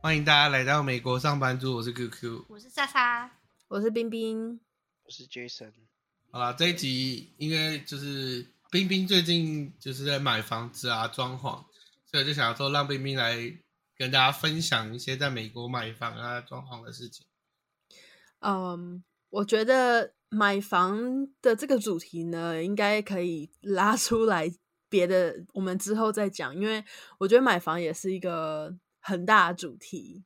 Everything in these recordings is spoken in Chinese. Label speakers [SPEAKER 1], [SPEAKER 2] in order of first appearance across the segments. [SPEAKER 1] 欢迎大家来到美国上班族，我是 QQ。
[SPEAKER 2] 我是莎莎，
[SPEAKER 3] 我是冰冰，
[SPEAKER 4] 我是 Jason，
[SPEAKER 1] 好啦，这一集因为就是冰冰最近就是在买房子啊、装潢，所以我就想说让冰冰来跟大家分享一些在美国买房啊、装潢的事情。
[SPEAKER 3] 嗯，我觉得买房的这个主题呢，应该可以拉出来别的，我们之后再讲，因为我觉得买房也是一个很大的主题，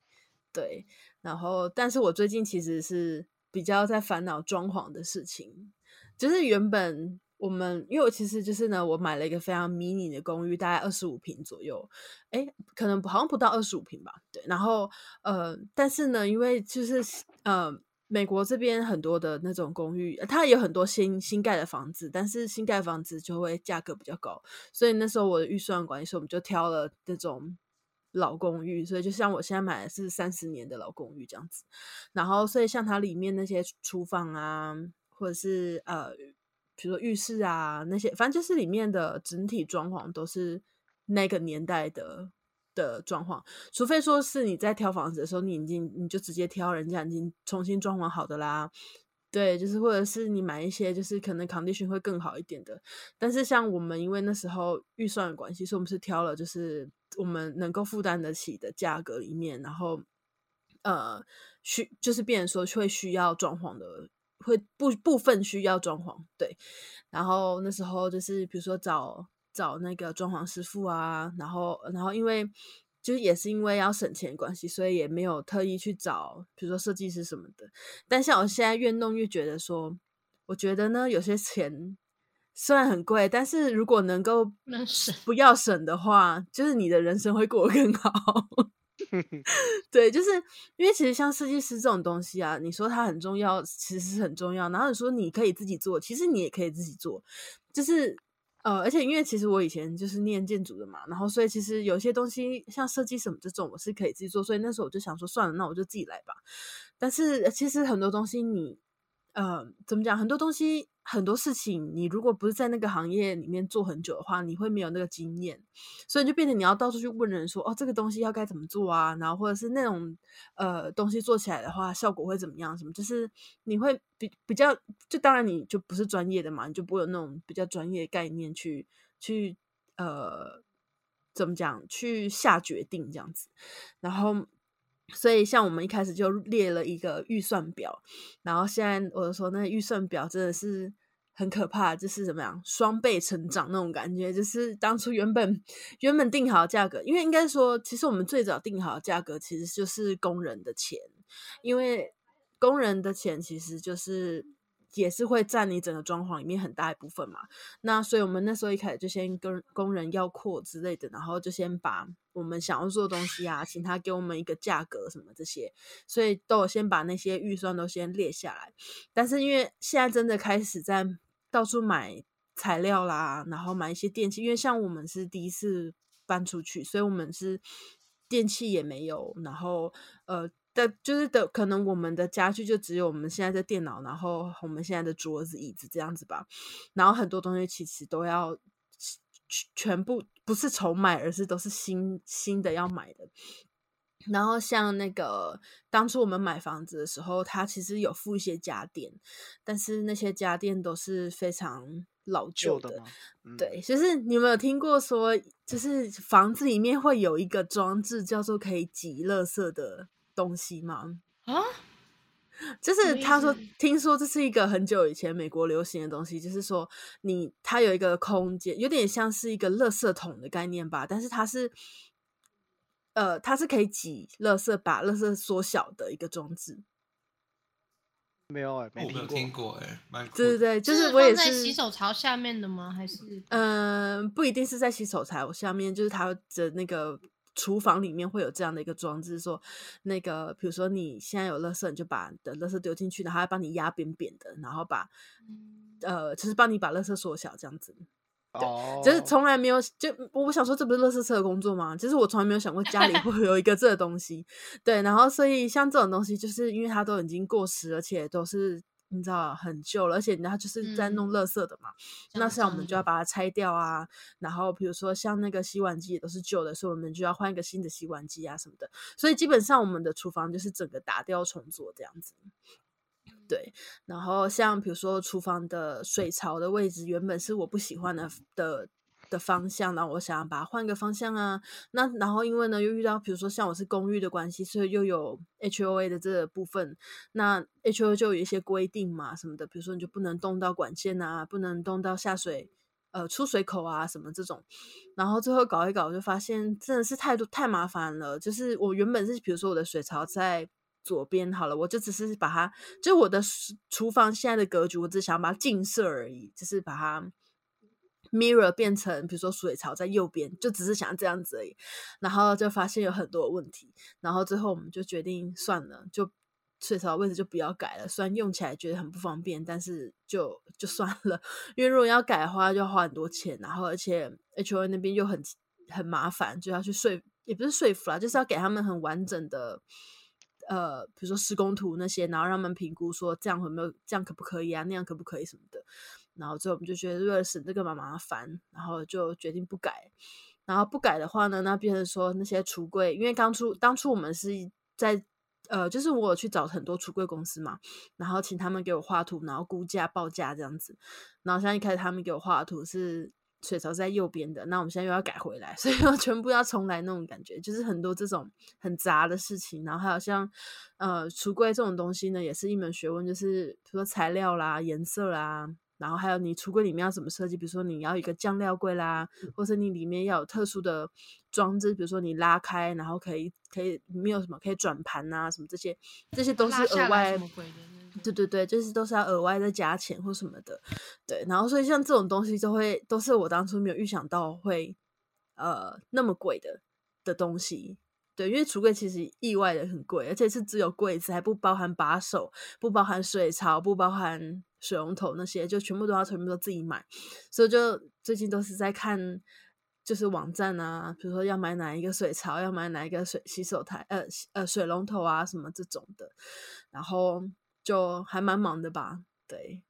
[SPEAKER 3] 对。然后，但是我最近其实是比较在烦恼装潢的事情，就是原本我们，因为我其实就是呢，我买了一个非常迷你的公寓，大概二十五平左右，诶，可能好像不到二十五平吧，对。然后，呃，但是呢，因为就是呃，美国这边很多的那种公寓，呃它也有很多新新盖的房子，但是新盖房子就会价格比较高，所以那时候我的预算管理所我们就挑了那种老公寓，所以就像我现在买的是三十年的老公寓这样子，然后所以像它里面那些厨房啊，或者是呃，比如说浴室啊那些，反正就是里面的整体装潢都是那个年代的。的装潢，除非说是你在挑房子的时候，你已经你就直接挑人家已经重新装潢好的啦，对，就是或者是你买一些就是可能 condition 会更好一点的，但是像我们因为那时候预算的关系，所以我们是挑了就是我们能够负担得起的价格里面，然后呃需就是变成说会需要装潢的，会部部分需要装潢，对，然后那时候就是比如说找找那个装潢师傅啊，然后然后因为就是也是因为要省钱的关系，所以也没有特意去找比如说设计师什么的，但像我现在越弄越觉得说，我觉得呢，有些钱虽然很贵，但是如果能够
[SPEAKER 2] 能省
[SPEAKER 3] 不要省的话，就是你的人生会过得更 好。对，就是因为其实像设计师这种东西啊，你说它很重要，其实是很重要。然后你说你可以自己做，其实你也可以自己做，就是呃，而且因为其实我以前就是念建筑的嘛，然后所以其实有些东西像设计什么这种，我是可以自己做。所以那时候我就想说，算了，那我就自己来吧。但是呃其实很多东西你，呃，怎么讲？很多东西，很多事情，你如果不是在那个行业里面做很久的话，你会没有那个经验，所以就变成你要到处去问人说，哦，这个东西要该怎么做啊？然后或者是那种呃东西做起来的话，效果会怎么样？什么？就是你会比比较，就当然你就不是专业的嘛，你就不会有那种比较专业的概念去去呃。怎么讲？去下决定这样子，然后，所以像我们一开始就列了一个预算表，然后现在我就说那预算表真的是很可怕，就是怎么样双倍成长那种感觉，就是当初原本原本定好的价格，因为应该说，其实我们最早定好的价格其实就是工人的钱，因为工人的钱其实就是。也是会占你整个装潢里面很大一部分嘛，那所以我们那时候一开始就先跟工人要扩之类的，然后就先把我们想要做的东西啊，请他给我们一个价格什么这些，所以都有先把那些预算都先列下来。但是因为现在真的开始在到处买材料啦，然后买一些电器，因为像我们是第一次搬出去，所以我们是电器也没有，然后呃。但就是的，可能我们的家具就只有我们现在的电脑，然后我们现在的桌子、椅子这样子吧。然后很多东西其实都要全全部不是重买，而是都是新新的要买的。然后像那个当初我们买房子的时候，它其实有附一些家电，但是那些家电都是非常老旧
[SPEAKER 4] 旧
[SPEAKER 3] 的
[SPEAKER 4] 的，吗？嗯，
[SPEAKER 3] 对，就是你有没有听过说，就是房子里面会有一个装置叫做可以挤垃圾的东西吗？
[SPEAKER 2] 啊，
[SPEAKER 3] 就
[SPEAKER 2] 什
[SPEAKER 3] 是
[SPEAKER 2] 么意
[SPEAKER 3] 他说
[SPEAKER 2] 思，
[SPEAKER 3] 听说这是一个很久以前美国流行的东西，就是说你它有一个空间，有点像是一个垃圾桶的概念吧，但是它是。呃，它是可以挤垃圾，把垃圾缩小的一个装置。
[SPEAKER 4] 没有哎，没
[SPEAKER 1] 我没有听
[SPEAKER 4] 听过。
[SPEAKER 1] 过哎、蛮酷的
[SPEAKER 3] 对对对，就是是我也
[SPEAKER 2] 放在
[SPEAKER 3] 是
[SPEAKER 2] 洗手槽下面的吗？还是
[SPEAKER 3] 嗯，不一定是在洗手台，我下面就是它的那个厨房里面会有这样的一个装置，说那个比如说你现在有垃圾，你就把你的垃圾丢进去，然后它帮你压扁扁的，然后把
[SPEAKER 2] 嗯
[SPEAKER 3] 呃，就是帮你把垃圾缩小这样子。
[SPEAKER 4] 哦，
[SPEAKER 3] 就是从来没有就我想说，这不是垃圾车的工作吗？就是我从来没有想过家里会有一个这个东西。对，然后所以像这种东西，就是因为它都已经过时，而且都是你知道很旧了，而且人家就是在弄
[SPEAKER 2] 嗯
[SPEAKER 3] 垃圾的嘛。那
[SPEAKER 2] 讲
[SPEAKER 3] 像我们
[SPEAKER 2] 讲
[SPEAKER 3] 就要把它拆掉啊，然后比如说像那个洗碗机也都是旧的，所以我们就要换一个新的洗碗机啊什么的。所以基本上我们的厨房就是整个打掉重做这样子。对，然后像比如说厨房的水槽的位置，原本是我不喜欢的的的方向，然后我想要把它换个方向啊。那然后因为呢，又遇到比如说像我是公寓的关系，所以又有 HOA 的这个部分，那 HOA 就有一些规定嘛什么的，比如说你就不能动到管线啊，不能动到下水。呃，出水口啊，什么这种，然后最后搞一搞，就发现真的是太多太麻烦了。就是我原本是，比如说我的水槽在左边好了，我就只是把它，就是我的厨厨房现在的格局，我只想把它近射而已，就是把它 mirror 变成，比如说水槽在右边，就只是想这样子而已。然后就发现有很多问题，然后最后我们就决定算了，就水槽的位置就不要改了。虽然用起来觉得很不方便，但是就就算了， 因为如果要改的话，就要花很多钱，然后而且 H O A 那边又很很麻烦，就要去说，也不是说服啦，就是要给他们很完整的。呃，比如说施工图那些，然后让他们评估说这样有没有，这样可不可以啊，那样可不可以什么的。然后最后我们就觉得为了省这个麻麻烦，然后就决定不改。然后不改的话呢，那变成说那些橱柜，因为当初当初我们是在呃，就是我有去找很多橱柜公司嘛，然后请他们给我画图，然后估价报价这样子。然后现在一开始他们给我画的图是水槽是在右边的，那我们现在又要改回来， 所以要全部要重来那种感觉，就是很多这种很杂的事情。然后还有像呃橱柜这种东西呢，也是一门学问，就是比如说材料啦、颜色啦。然后还有你橱柜里面要怎么设计，比如说你要一个酱料柜啦，或是你里面要有特殊的装置，比如说你拉开，然后可以可以没有什么可以转盘啊什么这些，这些都是
[SPEAKER 2] 拉下
[SPEAKER 3] 额
[SPEAKER 2] 来
[SPEAKER 3] 外
[SPEAKER 2] 什么鬼的那种？
[SPEAKER 3] 对对对，就是都是要额外再加钱或什么的，对。然后所以像这种东西就会都是我当初没有预想到会呃那么贵的的东西，对，因为橱柜其实意外的很贵，而且是只有柜子，还不包含把手，不包含水槽，不包含水龙头那些，就全部都要全部都自己买。所以就最近都是在看，就是网站啊，比如说要买哪一个水槽，要买哪一个水洗手台，呃洗呃水龙头啊什么这种的，然后就还蛮忙的吧。对，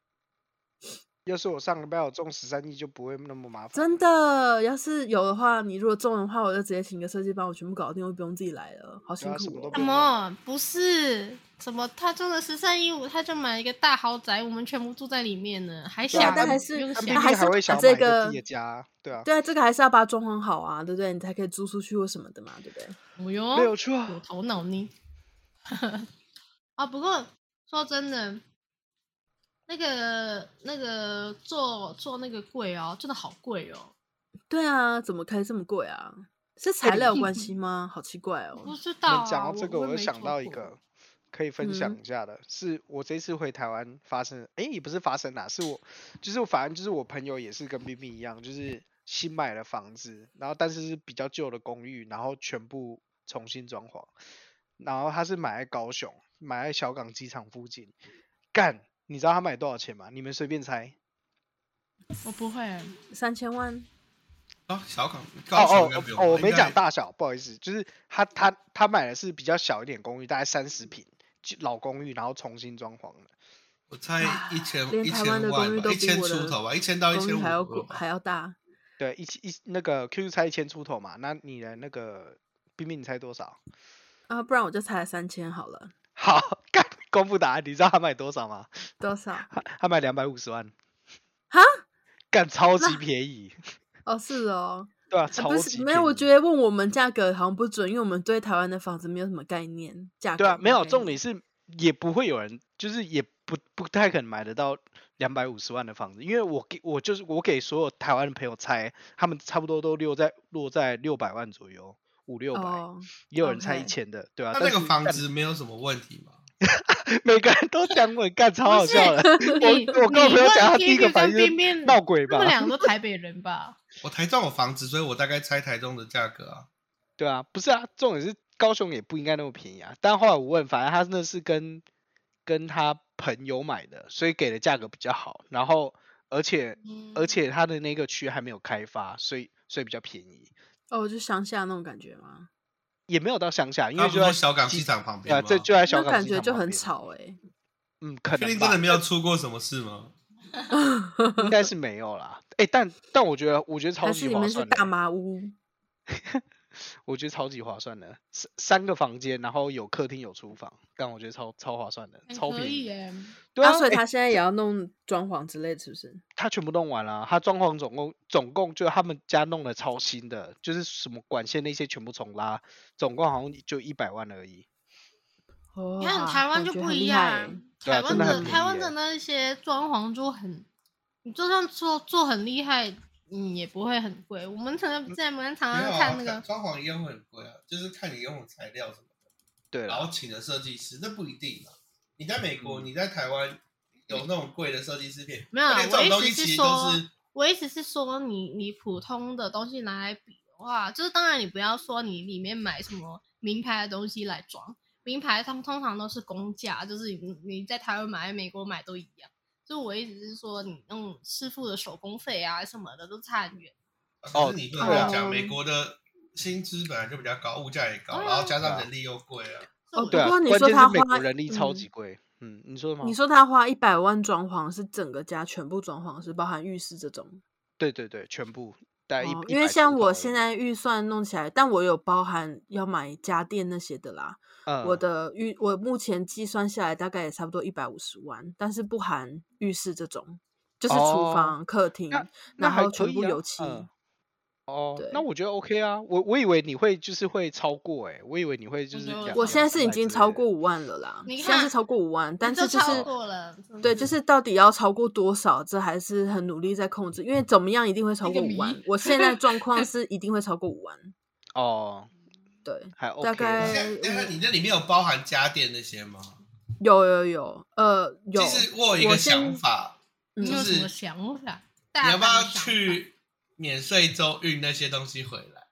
[SPEAKER 4] 要是我上礼拜有中十三亿，就不会那么麻烦。
[SPEAKER 3] 真，的，要是有的话，你如果中的话，我就直接请个设计帮我全部搞定，我不用自己来了，好辛
[SPEAKER 4] 对啊什
[SPEAKER 3] 苦
[SPEAKER 4] 么
[SPEAKER 3] 哦
[SPEAKER 4] 都
[SPEAKER 2] 什么？不是什么？他中了十三亿五，他就买一个大豪宅，我们全部住在里面呢，还
[SPEAKER 4] 对啊
[SPEAKER 2] 想
[SPEAKER 4] 但
[SPEAKER 3] 还是
[SPEAKER 2] 不用
[SPEAKER 4] 那
[SPEAKER 3] 但
[SPEAKER 4] 毕
[SPEAKER 2] 想
[SPEAKER 4] 竟
[SPEAKER 3] 还是
[SPEAKER 4] 会
[SPEAKER 3] 把
[SPEAKER 4] 想
[SPEAKER 3] 这
[SPEAKER 4] 买一个自
[SPEAKER 3] 个
[SPEAKER 4] 己的家，对啊，
[SPEAKER 3] 对啊，这个还是要把它装潢好啊，对不对？你才可以租出去或什么的嘛，对不对？
[SPEAKER 2] 哦哟，
[SPEAKER 4] 没有错。
[SPEAKER 2] 有头脑呢。 啊，不过说真的，那个那个做做那个柜哦，真的好贵哦。
[SPEAKER 3] 对啊，怎么开这么贵啊？是材料有关系吗？好奇怪
[SPEAKER 2] 我不
[SPEAKER 3] 哦。
[SPEAKER 2] 知道、
[SPEAKER 4] 你
[SPEAKER 2] 啊。
[SPEAKER 4] 们讲到这个，
[SPEAKER 2] 我
[SPEAKER 4] 我
[SPEAKER 2] 也
[SPEAKER 4] 就
[SPEAKER 2] 没
[SPEAKER 4] 想
[SPEAKER 2] 做
[SPEAKER 4] 到一
[SPEAKER 2] 过嗯
[SPEAKER 4] 个可以分享一下的，是我这次回台湾发生，诶，也不是发生啦，是我，就是我反正就是我朋友也是跟冰冰一样，就是新买了房子，然后但是是比较旧的公寓，然后全部重新装潢，然后他是买在高雄，买在小港机场附近，干，你知道他买多少钱吗？你们随便猜。
[SPEAKER 2] 我不会。
[SPEAKER 3] 三千万，
[SPEAKER 1] 哦，小港
[SPEAKER 4] 哦
[SPEAKER 1] 高雄
[SPEAKER 4] 哦
[SPEAKER 1] 应该
[SPEAKER 4] 哦
[SPEAKER 1] 不用吧，
[SPEAKER 4] 哦，我
[SPEAKER 1] 应
[SPEAKER 4] 没
[SPEAKER 1] 该
[SPEAKER 4] 讲大小，不好意思，就是他他他买的是比较小一点公寓，大概三十平，就老公寓，然后重新装潢的。
[SPEAKER 1] 我猜一千
[SPEAKER 3] 连
[SPEAKER 1] 一
[SPEAKER 3] 台湾
[SPEAKER 1] 千
[SPEAKER 3] 的公
[SPEAKER 1] 万
[SPEAKER 3] 寓
[SPEAKER 1] 吧，
[SPEAKER 3] 都
[SPEAKER 1] 一
[SPEAKER 3] 比
[SPEAKER 1] 千
[SPEAKER 3] 我
[SPEAKER 1] 出
[SPEAKER 3] 的
[SPEAKER 1] 头吧，一千到一
[SPEAKER 3] 公寓
[SPEAKER 1] 千五
[SPEAKER 3] 还要
[SPEAKER 1] 左
[SPEAKER 3] 贵
[SPEAKER 1] 右吧。
[SPEAKER 3] 还要大。
[SPEAKER 4] 对，一千一那个 Q 猜一千出头嘛，那你的那个冰冰你猜多少？
[SPEAKER 3] 啊，不然我就猜三千好了，
[SPEAKER 4] 好，干公布答案，你知道他买多少吗？
[SPEAKER 3] 多少？
[SPEAKER 4] 他他买两百五十万，
[SPEAKER 3] 哈？
[SPEAKER 4] 干超级便宜，
[SPEAKER 3] 哦，是哦，
[SPEAKER 4] 对啊，
[SPEAKER 3] 啊
[SPEAKER 4] 超
[SPEAKER 3] 不
[SPEAKER 4] 级
[SPEAKER 3] 是没有，我
[SPEAKER 4] 便宜
[SPEAKER 3] 觉得问我们价格好像不准，因为我们对台湾的房子没有什么概念，价格
[SPEAKER 4] 对啊，没有，
[SPEAKER 3] 概
[SPEAKER 4] 重
[SPEAKER 3] 念
[SPEAKER 4] 点是也不会有人，就是也不不太可能买得到两百五十万的房子，因为我给我就是我给所有台湾的朋友猜，他们差不多都落在落在六百万左右，五六百，
[SPEAKER 3] 哦，
[SPEAKER 4] 也有人猜一
[SPEAKER 3] ，OK
[SPEAKER 4] 千的，对啊
[SPEAKER 1] 那，那
[SPEAKER 4] 但
[SPEAKER 1] 个
[SPEAKER 4] 是
[SPEAKER 1] 房
[SPEAKER 4] 干
[SPEAKER 1] 子没有什么问题吗？
[SPEAKER 4] 每个人都讲我干，超好
[SPEAKER 2] 不是
[SPEAKER 4] 笑的。我
[SPEAKER 2] 你
[SPEAKER 4] 我跟我朋友讲，他第一个反应
[SPEAKER 2] 冰
[SPEAKER 4] 是
[SPEAKER 2] 冰
[SPEAKER 4] 闹鬼
[SPEAKER 2] 嗯他
[SPEAKER 4] 吧
[SPEAKER 2] 们，两个都台北人吧？
[SPEAKER 1] 我台中有房子，所以我大概猜台中的价格啊。
[SPEAKER 4] 对啊，不是啊，重点是高雄也不应该那么便宜啊。但后来我问，反正他那是跟跟他朋友买的，所以给的价格比较好，然后而且而
[SPEAKER 2] 嗯
[SPEAKER 4] 且他的那个区还没有开发，所以所以比较便宜，
[SPEAKER 3] 哦，就乡下那种感觉嘛，
[SPEAKER 4] 也没有到乡下，因
[SPEAKER 1] 他
[SPEAKER 4] 为
[SPEAKER 1] 不
[SPEAKER 4] 就是
[SPEAKER 1] 说
[SPEAKER 4] 在
[SPEAKER 1] 小港
[SPEAKER 4] 机
[SPEAKER 1] 机场旁
[SPEAKER 4] 对啊，
[SPEAKER 1] 边吗
[SPEAKER 4] 这？就在小
[SPEAKER 3] 那
[SPEAKER 4] 港
[SPEAKER 3] 感
[SPEAKER 4] 机
[SPEAKER 3] 觉
[SPEAKER 4] 场
[SPEAKER 3] 就
[SPEAKER 4] 旁
[SPEAKER 3] 很
[SPEAKER 4] 边。
[SPEAKER 3] 吵哎，
[SPEAKER 4] 嗯，可
[SPEAKER 1] 确
[SPEAKER 4] 能
[SPEAKER 1] 定
[SPEAKER 4] 吧
[SPEAKER 1] 真的没有出过什么事吗？
[SPEAKER 4] 应该是没有啦。哎、但但我觉得，我觉得超
[SPEAKER 3] 还是
[SPEAKER 4] 级
[SPEAKER 3] 里
[SPEAKER 4] 划
[SPEAKER 3] 面是
[SPEAKER 4] 算
[SPEAKER 3] 大
[SPEAKER 4] 的，
[SPEAKER 3] 麻屋？
[SPEAKER 4] 我觉得超级划算的，三三个房间，然后有客厅有厨房，但我觉得超超划算的，
[SPEAKER 2] 很
[SPEAKER 4] 超
[SPEAKER 2] 可
[SPEAKER 4] 便
[SPEAKER 2] 以
[SPEAKER 4] 宜。
[SPEAKER 2] 耶，
[SPEAKER 4] 对啊，
[SPEAKER 3] 啊，所以
[SPEAKER 4] 诶
[SPEAKER 3] 他现在也要弄装潢之类的，是不是？
[SPEAKER 4] 他全部弄完了，他装潢总共总共就他们家弄的超新的，就是什么管线那些全部重拉，总共好像就一百万而已。
[SPEAKER 3] 哦
[SPEAKER 2] 你看台湾就不一
[SPEAKER 3] 欸
[SPEAKER 2] 样，
[SPEAKER 4] 对
[SPEAKER 2] 台
[SPEAKER 4] 啊
[SPEAKER 2] 湾
[SPEAKER 4] 真的
[SPEAKER 2] 的
[SPEAKER 4] 很
[SPEAKER 2] 台湾
[SPEAKER 4] 便宜
[SPEAKER 2] 的那些装潢就很，你就算做做很厉害，嗯，也不会很贵。我们可
[SPEAKER 4] 嗯
[SPEAKER 2] 能在门常
[SPEAKER 1] 没有啊
[SPEAKER 2] 常看那个，
[SPEAKER 1] 装潢一样会很贵啊，就是看你用的材料什么的，
[SPEAKER 4] 对
[SPEAKER 1] 然
[SPEAKER 3] 哦
[SPEAKER 4] 了，
[SPEAKER 1] 后请的设计师，那不一定啊。你在美国，
[SPEAKER 4] 嗯
[SPEAKER 1] 你在台湾有那种贵的设计师品，
[SPEAKER 2] 没有啊
[SPEAKER 1] 而且这种东西其实都
[SPEAKER 2] 我意思
[SPEAKER 1] 是
[SPEAKER 2] 是我意思是说你，你普通的东西拿来比的话，就是当然你不要说你里面买什么名牌的东西来装，名牌通通常都是公价，就是你你在台湾买、美国买都一样。就我意思是说，你用师傅的手工费啊什么的都差很远。
[SPEAKER 1] 哦，
[SPEAKER 4] 哦
[SPEAKER 1] 你不能
[SPEAKER 4] 对啊
[SPEAKER 1] 这样讲，美国的薪资本来就比较高，物价也高，
[SPEAKER 2] 对啊
[SPEAKER 1] 然后加上人力又贵啊，
[SPEAKER 2] 所以我
[SPEAKER 3] 哦不
[SPEAKER 4] 对啊，
[SPEAKER 3] 过你
[SPEAKER 4] 关
[SPEAKER 3] 说
[SPEAKER 4] 键
[SPEAKER 3] 他
[SPEAKER 4] 是美
[SPEAKER 3] 花
[SPEAKER 4] 国人力超
[SPEAKER 3] 嗯
[SPEAKER 4] 级贵。嗯，你说什么？
[SPEAKER 3] 你说他花一百万装潢是整个家全部装潢，是包含浴室这种。
[SPEAKER 4] 对对对，全部大概一、
[SPEAKER 3] 哦
[SPEAKER 4] 一
[SPEAKER 3] 因为
[SPEAKER 4] 百
[SPEAKER 3] 像
[SPEAKER 4] 出头
[SPEAKER 3] 我
[SPEAKER 4] 而
[SPEAKER 3] 现
[SPEAKER 4] 已，
[SPEAKER 3] 在预算弄起来，但我有包含要买家电那些的啦。
[SPEAKER 4] 嗯、
[SPEAKER 3] 我的预我目前计算下来大概也差不多一百五十万，但是不含浴室这种，就是厨
[SPEAKER 4] 哦
[SPEAKER 3] 房、客厅，
[SPEAKER 4] 那
[SPEAKER 3] 然
[SPEAKER 4] 还
[SPEAKER 3] 后
[SPEAKER 4] 可
[SPEAKER 3] 全
[SPEAKER 4] 以
[SPEAKER 3] 部
[SPEAKER 4] 啊
[SPEAKER 3] 油漆。
[SPEAKER 4] 嗯哦，那
[SPEAKER 3] 对
[SPEAKER 4] 我觉得 OK 啊，我我以为你会就是会超过哎、我以为你会就
[SPEAKER 2] 我
[SPEAKER 4] 是
[SPEAKER 2] 觉得
[SPEAKER 4] 两
[SPEAKER 3] 我现在
[SPEAKER 4] 两
[SPEAKER 3] 是已
[SPEAKER 4] 百
[SPEAKER 3] 经
[SPEAKER 4] 之
[SPEAKER 3] 超
[SPEAKER 4] 类的
[SPEAKER 3] 过五万了啦，
[SPEAKER 2] 你
[SPEAKER 3] 现在是
[SPEAKER 2] 看
[SPEAKER 3] 超过五万，但
[SPEAKER 2] 这
[SPEAKER 3] 是就
[SPEAKER 2] 超
[SPEAKER 3] 是
[SPEAKER 2] 过了，真的
[SPEAKER 4] 嗯
[SPEAKER 3] 对，就是到底要超过多少，这还是很努力在控制，因为怎么样一定会超
[SPEAKER 2] 一
[SPEAKER 3] 过
[SPEAKER 2] 个
[SPEAKER 3] 五万
[SPEAKER 2] 谜。
[SPEAKER 3] 我 现在状况是一定会超过五万，
[SPEAKER 4] 哦，
[SPEAKER 3] 对，
[SPEAKER 4] 还 OK
[SPEAKER 3] 大概
[SPEAKER 2] 啊
[SPEAKER 1] 你
[SPEAKER 4] 啦
[SPEAKER 1] 现在
[SPEAKER 2] 呃
[SPEAKER 1] 等一下你那里面有包含家电那些吗？
[SPEAKER 3] 有有有，呃，有嗯
[SPEAKER 1] 其实我有一个
[SPEAKER 3] 我先
[SPEAKER 1] 想法，
[SPEAKER 2] 你
[SPEAKER 1] 就
[SPEAKER 2] 有
[SPEAKER 1] 是
[SPEAKER 2] 什么想法？
[SPEAKER 1] 你
[SPEAKER 2] 大
[SPEAKER 1] 要
[SPEAKER 2] 胆
[SPEAKER 1] 不
[SPEAKER 2] 的
[SPEAKER 1] 要
[SPEAKER 2] 想法
[SPEAKER 1] 去免税州运那些东西回来？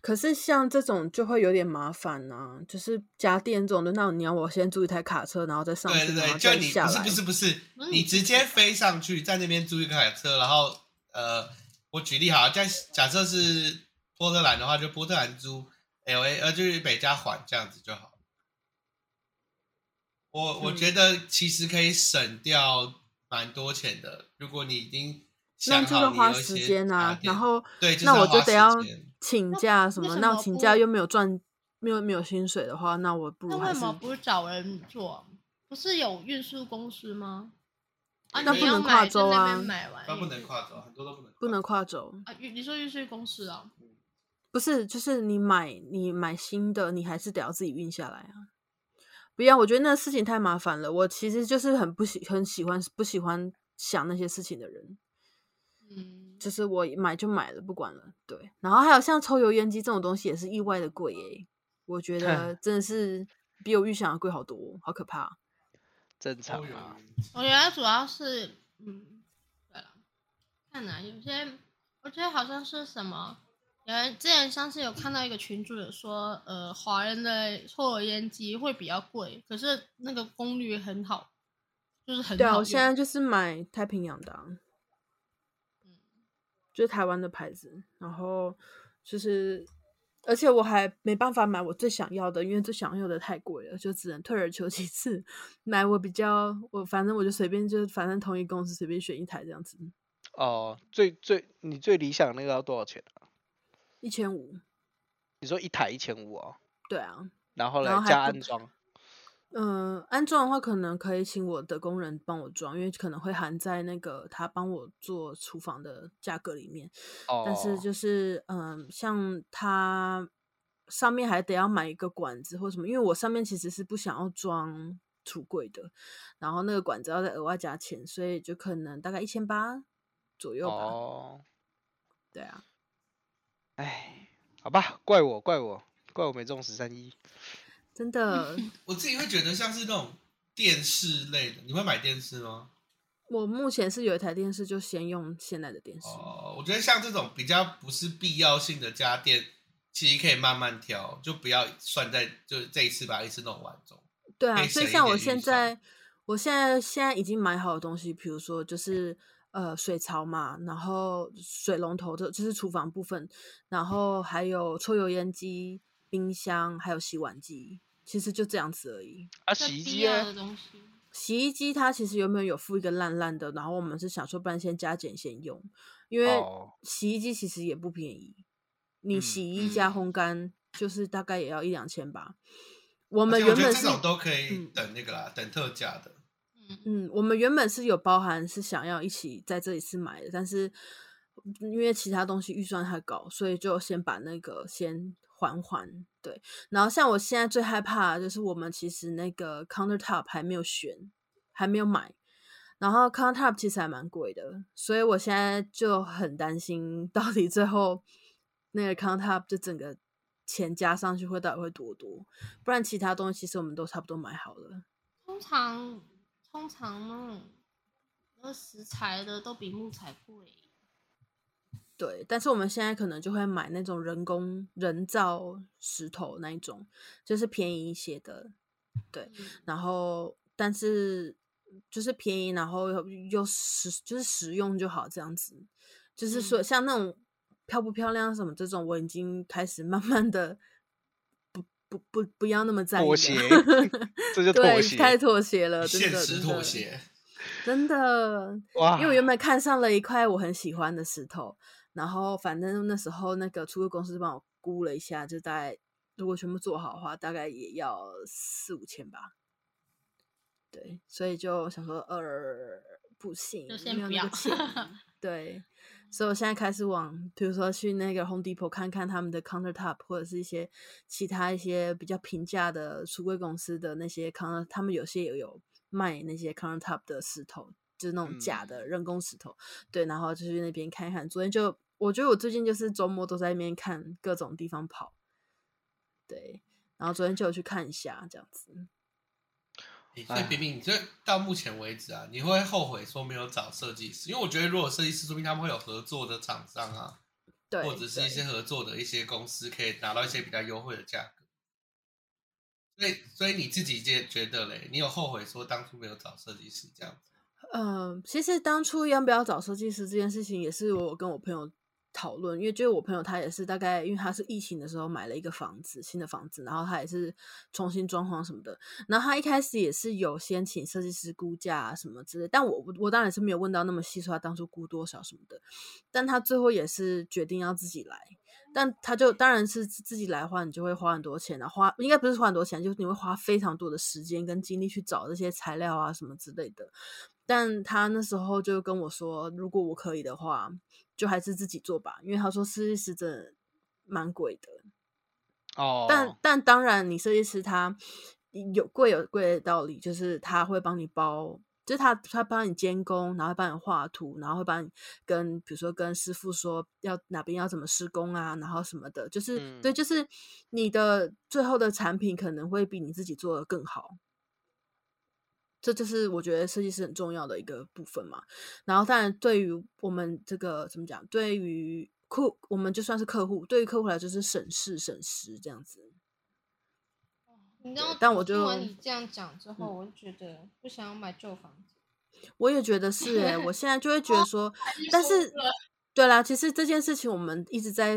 [SPEAKER 3] 可是像这种就会有点麻烦呐、就是家电这种的，那你要我先租一台卡车，然后再上
[SPEAKER 1] 对对
[SPEAKER 3] 去，然
[SPEAKER 1] 对，
[SPEAKER 3] 后
[SPEAKER 1] 就
[SPEAKER 3] 再
[SPEAKER 1] 你
[SPEAKER 3] 下
[SPEAKER 1] 不是
[SPEAKER 3] 来
[SPEAKER 1] 不。是不是
[SPEAKER 2] 不是，
[SPEAKER 1] 你
[SPEAKER 2] 你
[SPEAKER 1] 直接飞上去，在那边租一个卡车，然后呃，我举例好了，在假设是波特兰的话，就波特兰租 L A，呃，就是北加环这样子就好了。我我
[SPEAKER 3] 嗯
[SPEAKER 1] 觉得其实可以省掉蛮多钱的，如果你已经
[SPEAKER 3] 那
[SPEAKER 1] 想
[SPEAKER 3] 就
[SPEAKER 1] 好
[SPEAKER 3] 是
[SPEAKER 1] 你
[SPEAKER 3] 花
[SPEAKER 1] 有一
[SPEAKER 3] 时
[SPEAKER 1] 些
[SPEAKER 3] 间
[SPEAKER 1] 杂
[SPEAKER 3] 啊，
[SPEAKER 1] 点
[SPEAKER 3] 然后
[SPEAKER 1] 对就是
[SPEAKER 3] 那
[SPEAKER 1] 要
[SPEAKER 3] 我就
[SPEAKER 1] 花
[SPEAKER 3] 得
[SPEAKER 1] 时
[SPEAKER 3] 要
[SPEAKER 1] 间
[SPEAKER 3] 请假什
[SPEAKER 2] 为
[SPEAKER 3] 么，
[SPEAKER 2] 什
[SPEAKER 3] 那
[SPEAKER 2] 么
[SPEAKER 3] 我请
[SPEAKER 2] 不
[SPEAKER 3] 假又没有赚，没有没有薪水的话，那我不
[SPEAKER 2] 那
[SPEAKER 3] 如
[SPEAKER 2] 为
[SPEAKER 3] 还
[SPEAKER 2] 什
[SPEAKER 3] 是
[SPEAKER 2] 么不是找人做？不是有运输公司吗？啊，
[SPEAKER 1] 那
[SPEAKER 2] 你
[SPEAKER 1] 不
[SPEAKER 2] 要
[SPEAKER 3] 能
[SPEAKER 2] 买
[SPEAKER 3] 跨
[SPEAKER 2] 就
[SPEAKER 3] 州
[SPEAKER 2] 那
[SPEAKER 3] 啊
[SPEAKER 2] 边买完
[SPEAKER 1] 那
[SPEAKER 2] 运输，
[SPEAKER 1] 不能跨啊走，很多都不能
[SPEAKER 3] 不能
[SPEAKER 1] 跨
[SPEAKER 3] 跨州？
[SPEAKER 2] 啊？运你说运输公司哦，
[SPEAKER 3] 不是，就是你买你买新的，你还是得要自己运下来啊。不要，我觉得那事情太麻烦了。我其实就是很不喜很喜欢不喜欢想那些事情的人，
[SPEAKER 2] 嗯，
[SPEAKER 3] 就是我买就买了，不管了。对，然后还有像抽油烟机这种东西也是意外的贵耶、我觉得真的是比我预想的贵好多，好可怕。
[SPEAKER 4] 正
[SPEAKER 1] 走
[SPEAKER 4] 常
[SPEAKER 1] 都有
[SPEAKER 4] 啊。
[SPEAKER 2] 我觉得主要是，嗯，对了，看来有些，我觉得好像是什么，有人之前上次有看到一个群主有说，呃，华人的抽油烟机会比较贵，可是那个功率很好，就是很好
[SPEAKER 3] 对啊，
[SPEAKER 2] 用。
[SPEAKER 3] 我现在就是买太平洋的啊、就是台湾的牌子，然后就是，而且我还没办法买我最想要的，因为最想要的太贵了，就只能退而求其次， 买我比较我反正我就随便就反正同一公司随便选一台这样子，
[SPEAKER 4] 哦，最最你最理想那个要多少钱、啊、
[SPEAKER 3] 一千五，
[SPEAKER 4] 你说一台一千五哦，
[SPEAKER 3] 对啊，
[SPEAKER 4] 然后嘞
[SPEAKER 3] 然后还
[SPEAKER 4] 加
[SPEAKER 3] 不
[SPEAKER 4] 安装，
[SPEAKER 3] 嗯、安装的话可能可以请我的工人帮我装，因为可能会含在那个他帮我做厨房的价格里面，
[SPEAKER 4] 哦，
[SPEAKER 3] 但是就是嗯，像它上面还得要买一个管子或什么，因为我上面其实是不想要装橱柜的，然后那个管子要再额外加钱，所以就可能大概一千八左右吧。
[SPEAKER 4] 哦，
[SPEAKER 3] 对啊，
[SPEAKER 4] 哎，好吧，怪我怪我怪我没中十三一，
[SPEAKER 3] 真 的，
[SPEAKER 1] 我自己会觉得像是那种电视类的，你会买电视吗？
[SPEAKER 3] 我目前是有一台电视，就先用现在的电视。
[SPEAKER 1] 哦，我觉得像这种比较不是必要性的家电，其实可以慢慢挑，就不要算在就是这一次把一次弄完中。
[SPEAKER 3] 对
[SPEAKER 1] 可
[SPEAKER 3] 啊，
[SPEAKER 1] 以
[SPEAKER 3] 所以
[SPEAKER 1] 省一
[SPEAKER 3] 像
[SPEAKER 1] 点
[SPEAKER 3] 我
[SPEAKER 1] 预
[SPEAKER 3] 现
[SPEAKER 1] 算
[SPEAKER 3] 在，我现在现在已经买好的东西，比如说就是呃水槽嘛，然后水龙头这就是厨房部分，
[SPEAKER 1] 嗯
[SPEAKER 3] 然后还有抽油烟机、冰箱，还有洗碗机，其实就这样子而已。
[SPEAKER 4] 啊，
[SPEAKER 2] 这
[SPEAKER 4] 洗衣
[SPEAKER 2] 必
[SPEAKER 4] 机啊
[SPEAKER 2] 要
[SPEAKER 4] 耶
[SPEAKER 2] 的东西，
[SPEAKER 3] 洗衣机它其实原本有附一个烂烂的，然后我们是想说，不然先加减先用，因为
[SPEAKER 4] 哦
[SPEAKER 3] 洗衣机其实也不便宜，你
[SPEAKER 4] 嗯
[SPEAKER 3] 洗衣加
[SPEAKER 2] 嗯
[SPEAKER 3] 烘干就是大概也要一两千吧。我
[SPEAKER 1] 我
[SPEAKER 3] 们原
[SPEAKER 1] 我觉
[SPEAKER 3] 本
[SPEAKER 1] 得
[SPEAKER 3] 是
[SPEAKER 1] 这种都可以
[SPEAKER 3] 嗯
[SPEAKER 1] 等那个啦，等特价的。
[SPEAKER 2] 嗯，
[SPEAKER 3] 嗯，我们原本是有包含是想要一起在这一次买的，但是因为其他东西预算太高，所以就先把那个先缓缓。对，然后像我现在最害怕的就是我们其实那个 countertop 还没有选，还没有买，然后 countertop 其实还蛮贵的，所以我现在就很担心，到底最后那个 countertop 就整个钱加上去会到底会多多，不然其他东西其实我们都差不多买好了。
[SPEAKER 2] 通常通常那种那食材的都比木材贵。
[SPEAKER 3] 对，但是我们现在可能就会买那种人工人造石头那一种，就是便宜一些的。对
[SPEAKER 2] 嗯，
[SPEAKER 3] 然后，但是就是便宜，然后又又实就是实用就好，这样子。就是说，
[SPEAKER 2] 嗯
[SPEAKER 3] 像那种漂不漂亮什么这种，我已经开始慢慢的不不不不要那么在意
[SPEAKER 4] 妥
[SPEAKER 3] 了
[SPEAKER 4] 协这就妥
[SPEAKER 3] 对，
[SPEAKER 4] 协
[SPEAKER 3] 太妥协了，呃真
[SPEAKER 1] 现
[SPEAKER 3] 的
[SPEAKER 1] 实
[SPEAKER 3] 真
[SPEAKER 1] 妥
[SPEAKER 3] 的
[SPEAKER 1] 协，
[SPEAKER 3] 真的。
[SPEAKER 4] 哇，
[SPEAKER 3] 因为我原本看上了一块我很喜欢的石头，然后反正那时候那个出租公司帮我估了一下，就大概如果全部做好的话，大概也要四五千吧。对，所以就想说，呃，不行，
[SPEAKER 2] 就先
[SPEAKER 3] 没有
[SPEAKER 2] 不
[SPEAKER 3] 那
[SPEAKER 2] 要
[SPEAKER 3] 个钱。 对，所以我现在开始往，比如说去那个 Home Depot 看看他们的 countertop，或者是一些其他一些比较平价的橱柜公司的那些 counter，他们有些也有卖那些 countertop 的石头，就是那种假
[SPEAKER 1] 嗯
[SPEAKER 3] 的人工石头。对，然后就去那边看看。昨天就我觉得我最近就是周末都在那边看各种地方跑，对，然后昨天就有去看一下这样子。
[SPEAKER 1] 欸所以
[SPEAKER 4] 唉
[SPEAKER 1] 冰冰，你这到目前为止啊，你会后悔说没有找设计师？因为我觉得如果设计师，说明他们会有合作的厂商啊，
[SPEAKER 3] 对，
[SPEAKER 1] 或者是一
[SPEAKER 3] 对
[SPEAKER 1] 些合作的一些公司，可以拿到一些比较优惠的价格。所以，所以你自己也觉得嘞，你有后悔说当初没有找设计师这样子？
[SPEAKER 3] 嗯，其实当初要不要找设计师这件事情，也是我跟我朋友讨论，因为就是我朋友他也是大概，因为他是疫情的时候买了一个房子，新的房子，然后他也是重新装潢什么的，然后他一开始也是有先请设计师估价啊什么之类，但我我当然是没有问到那么细，说他当初估多少什么的，但他最后也是决定要自己来。但他就当然是自自己来的话，你就会花很多钱啊，花应该不是花很多钱，就是你会花非常多的时间跟精力去找这些材料啊什么之类的。但他那时候就跟我说，如果我可以的话，就还是自己做吧，因为他说设计师真的蛮贵的。
[SPEAKER 4] 哦，
[SPEAKER 3] 但但当然，你设计师他有贵有贵的道理，就是他会帮你包，就是他他帮你监工，然后帮你画图，然后会帮你跟比如说跟师傅说要哪边要怎么施工啊，然后什么的，就是、对，
[SPEAKER 4] 嗯
[SPEAKER 3] 就是你的最后的产品可能会比你自己做的更好。这就是我觉得设计师很重要的一个部分嘛。然后，当然，对于我们这个怎么讲，对于客，我们就算是客户，对于客户来就是省事省时这样子。
[SPEAKER 2] 你知道，
[SPEAKER 3] 但我
[SPEAKER 2] 听完
[SPEAKER 3] 就嗯
[SPEAKER 2] 你这样讲之后，我就觉得不想要买旧房子。
[SPEAKER 3] 我也觉得是诶、我现在就会觉得说，
[SPEAKER 2] 就
[SPEAKER 3] 但
[SPEAKER 2] 说
[SPEAKER 3] 是
[SPEAKER 2] 了
[SPEAKER 3] 对啦，其实这件事情我们一直在，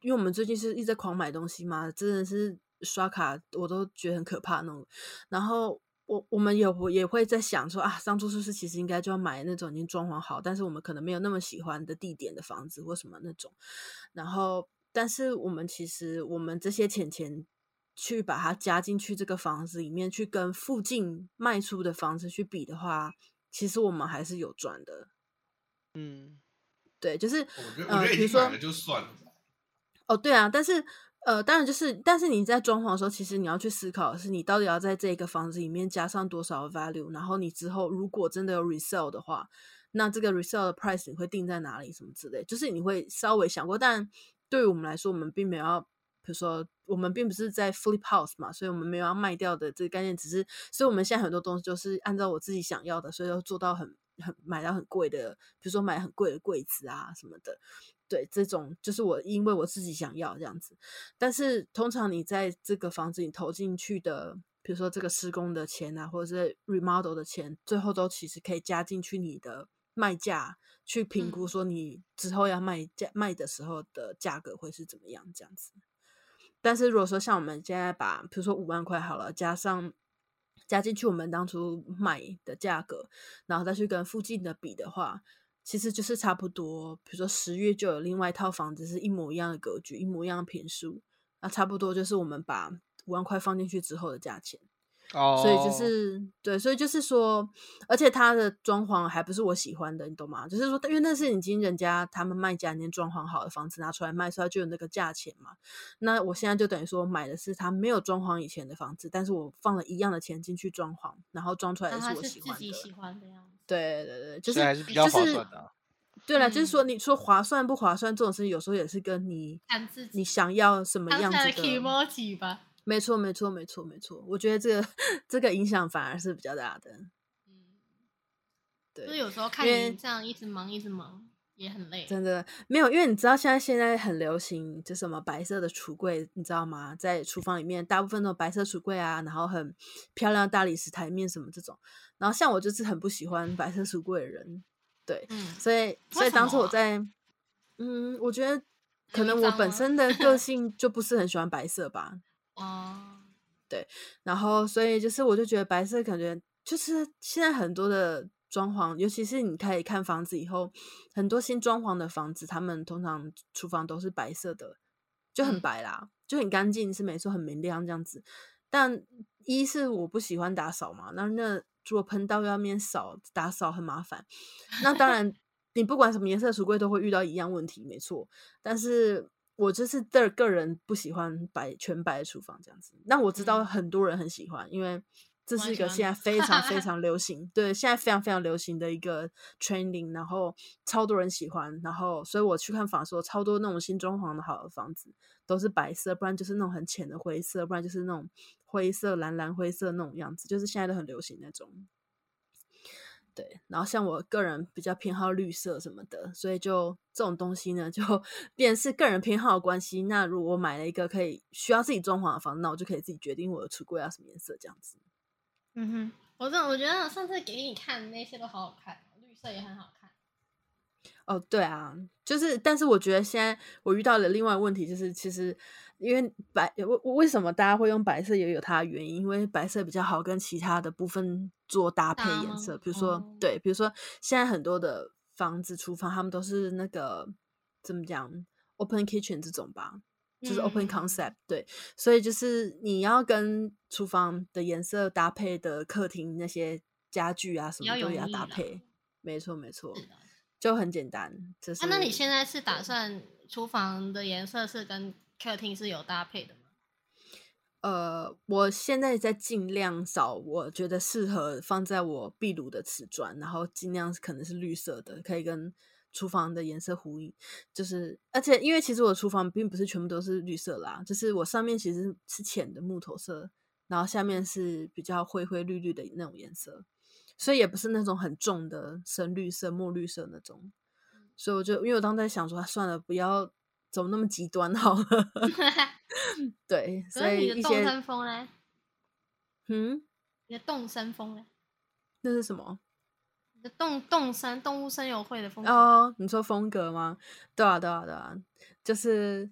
[SPEAKER 3] 因为我们最近是一直在狂买东西嘛，真的是刷卡我都觉得很可怕那种。然后我我们有我也会在想说啊，当初是不是其实应该就要买那种已经装潢好，但是我们可能没有那么喜欢的地点的房子或什么那种。然后，但是我们其实我们这些钱钱去把它加进去这个房子里面，去跟附近卖出的房子去比的话，其实我们还是有赚的。
[SPEAKER 4] 嗯，
[SPEAKER 3] 对，就是
[SPEAKER 1] 我觉得，我
[SPEAKER 3] 呃，
[SPEAKER 1] 觉得
[SPEAKER 3] 比
[SPEAKER 1] 已
[SPEAKER 3] 如
[SPEAKER 1] 经买
[SPEAKER 3] 说
[SPEAKER 1] 了就算了吧。
[SPEAKER 3] 哦，对啊，但是呃，当然就是，但是你在装潢的时候，其实你要去思考的是，你到底要在这个房子里面加上多少的 value，然后你之后如果真的有 resell 的话，那这个 resell 的 price 你会定在哪里，什么之类，就是你会稍微想过。但对于我们来说，我们并没有要，比如说我们并不是在 flip house 嘛，所以我们没有要卖掉的这个概念，只是，所以我们现在很多东西就是按照我自己想要的，所以要做到很很买到很贵的，比如说买很贵的柜子啊什么的。对，这种就是我因为我自己想要这样子，但是通常你在这个房子里投进去的，比如说这个施工的钱啊，或者是 remodel 的钱，最后都其实可以加进去你的卖价，去评估
[SPEAKER 2] 嗯
[SPEAKER 3] 说你之后要卖价卖的时候的价格会是怎么样这样子。但是如果说像我们现在把，比如说五万块好了，加上加进去我们当初买的价格，然后再去跟附近的比的话，其实就是差不多。比如说十月就有另外一套房子是一模一样的格局，一模一样的平数，那差不多就是我们把五万块放进去之后的价钱。
[SPEAKER 4] 哦，
[SPEAKER 3] 所以就是对，所以就是说，而且它的装潢还不是我喜欢的，你懂吗？就是说，因为那是已经人家他们卖家已经装潢好的房子拿出来卖，所以它就有那个价钱嘛。那我现在就等于说买的是他没有装潢以前的房子，但是我放了一样的钱进去装潢，然后装出来
[SPEAKER 2] 那
[SPEAKER 3] 的
[SPEAKER 2] 他
[SPEAKER 3] 我
[SPEAKER 2] 是
[SPEAKER 3] 喜
[SPEAKER 2] 自
[SPEAKER 3] 欢的
[SPEAKER 2] 己。喜欢的样子。
[SPEAKER 3] 对对对，就
[SPEAKER 4] 所
[SPEAKER 3] 是
[SPEAKER 4] 以还是比较划算的啊。
[SPEAKER 3] 就是对了，就是说
[SPEAKER 2] 嗯
[SPEAKER 3] 你说划算不划算这种事情，有时候也是跟你
[SPEAKER 2] 看自己
[SPEAKER 3] 你想要什么
[SPEAKER 2] 当
[SPEAKER 3] 样子
[SPEAKER 2] 下
[SPEAKER 3] 的
[SPEAKER 2] 的 k i m o j i 吧。
[SPEAKER 3] 没错，没错，没错，没错。我觉得这个这个影响反而是比较大的。
[SPEAKER 2] 嗯，
[SPEAKER 3] 对，
[SPEAKER 2] 就是有时候看
[SPEAKER 3] 因为
[SPEAKER 2] 你这样一直忙一直忙也很累。
[SPEAKER 3] 真的没有，因为你知道现在现在很流行，就什么白色的橱柜，你知道吗？在厨房里面，大部分都有白色橱柜啊，然后很漂亮的大理石台面什么这种。然后像我就是很不喜欢白色橱柜的人，对，
[SPEAKER 2] 嗯，
[SPEAKER 3] 所以所以
[SPEAKER 2] 什
[SPEAKER 3] 当初
[SPEAKER 2] 么
[SPEAKER 3] 我
[SPEAKER 2] 啊
[SPEAKER 3] 在，嗯，我觉得可
[SPEAKER 2] 容易
[SPEAKER 3] 能我
[SPEAKER 2] 脏
[SPEAKER 3] 本
[SPEAKER 2] 吗
[SPEAKER 3] 身 的个性就不是很喜欢白色吧，
[SPEAKER 2] 哦，
[SPEAKER 3] 然后所以就是我就觉得白色感觉就是现在很多的装潢，尤其是你开始看房子以后，很多新装潢的房子，他们通常厨房都是白色的，就很
[SPEAKER 2] 嗯
[SPEAKER 3] 白啦，就很干净，是没错，很明亮这样子。但一是我不喜欢打扫嘛，那那如果喷到外面扫打扫很麻烦，那当 然你不管什么颜色的橱柜都会遇到一样问题，没错。但是我就是个个人不喜欢白全白的厨房这样子。那我知道
[SPEAKER 2] 嗯
[SPEAKER 3] 很多人很喜欢，因为这
[SPEAKER 2] 我
[SPEAKER 3] 是
[SPEAKER 2] 很
[SPEAKER 3] 一
[SPEAKER 2] 喜
[SPEAKER 3] 个
[SPEAKER 2] 欢
[SPEAKER 3] 现在非常 非常流行，对，现在非常非常流行的一个 trending，然后超多人喜欢，然后所以我去看房的时候，超多那种新装潢的好的房子都是白色，不然就是那种很浅的灰色，不然就是那种灰色蓝蓝灰色那种样子，就是现在都很流行那种。对，然后像我个人比较偏好绿色什么的，所以就这种东西呢，就 变成是个人偏好的关系。那如果我买了一个可以需要自己装潢的房子，那我就可以自己决定我的橱柜要什么颜色这样子。
[SPEAKER 2] 嗯哼，我真的我觉得上次给你看的那些都好好看，哦绿色也很好看。
[SPEAKER 3] 哦，对啊，就是，但是我觉得现在我遇到的另外问题就是，其实因为白，为为什么大家会用白色也有它的原因，因为白色比较好跟其他的部分做搭配
[SPEAKER 2] 搭
[SPEAKER 3] 颜
[SPEAKER 2] 吗
[SPEAKER 3] 色，比如说、
[SPEAKER 2] 哦
[SPEAKER 3] 对，比如说现在很多的房子、厨房他们都是那个怎么讲，open kitchen 这种吧，就是 open
[SPEAKER 2] 嗯
[SPEAKER 3] concept，、对，所以就是你要跟厨房的颜色搭配的客厅那些家具啊什
[SPEAKER 2] 比较
[SPEAKER 3] 么都
[SPEAKER 2] 容
[SPEAKER 3] 也要
[SPEAKER 2] 易
[SPEAKER 3] 搭
[SPEAKER 2] 啦
[SPEAKER 3] 配，没错没错。
[SPEAKER 2] 是的。
[SPEAKER 3] 就很简单，就
[SPEAKER 2] 啊
[SPEAKER 3] 是。
[SPEAKER 2] 那你现在是打
[SPEAKER 3] 对
[SPEAKER 2] 算厨房的颜色是跟客厅是有搭配的吗？
[SPEAKER 3] 呃，我现在在尽量找我觉得适合放在我壁炉的瓷砖，然后尽量可能是绿色的，可以跟厨房的颜色呼应。就是，而且因为其实我的厨房并不是全部都是绿色啦，就是我上面其实是浅的木头色，然后下面是比较灰灰绿绿的那种颜色，所以也不是那种很重的深绿色、墨绿色那种。
[SPEAKER 2] 嗯
[SPEAKER 3] 所以我就因为我当时在想说，啊算了，不要走那么极端好了。对，
[SPEAKER 2] 可
[SPEAKER 3] 所
[SPEAKER 2] 是
[SPEAKER 3] 以
[SPEAKER 2] 你的
[SPEAKER 3] 一
[SPEAKER 2] 动
[SPEAKER 3] 些
[SPEAKER 2] 身风呢？
[SPEAKER 3] 嗯，
[SPEAKER 2] 你的动身风呢？
[SPEAKER 3] 那是什么？
[SPEAKER 2] 你的动动身动物声友会的风格吗，
[SPEAKER 3] 哦，你说风格吗？对啊，对啊，对啊，就是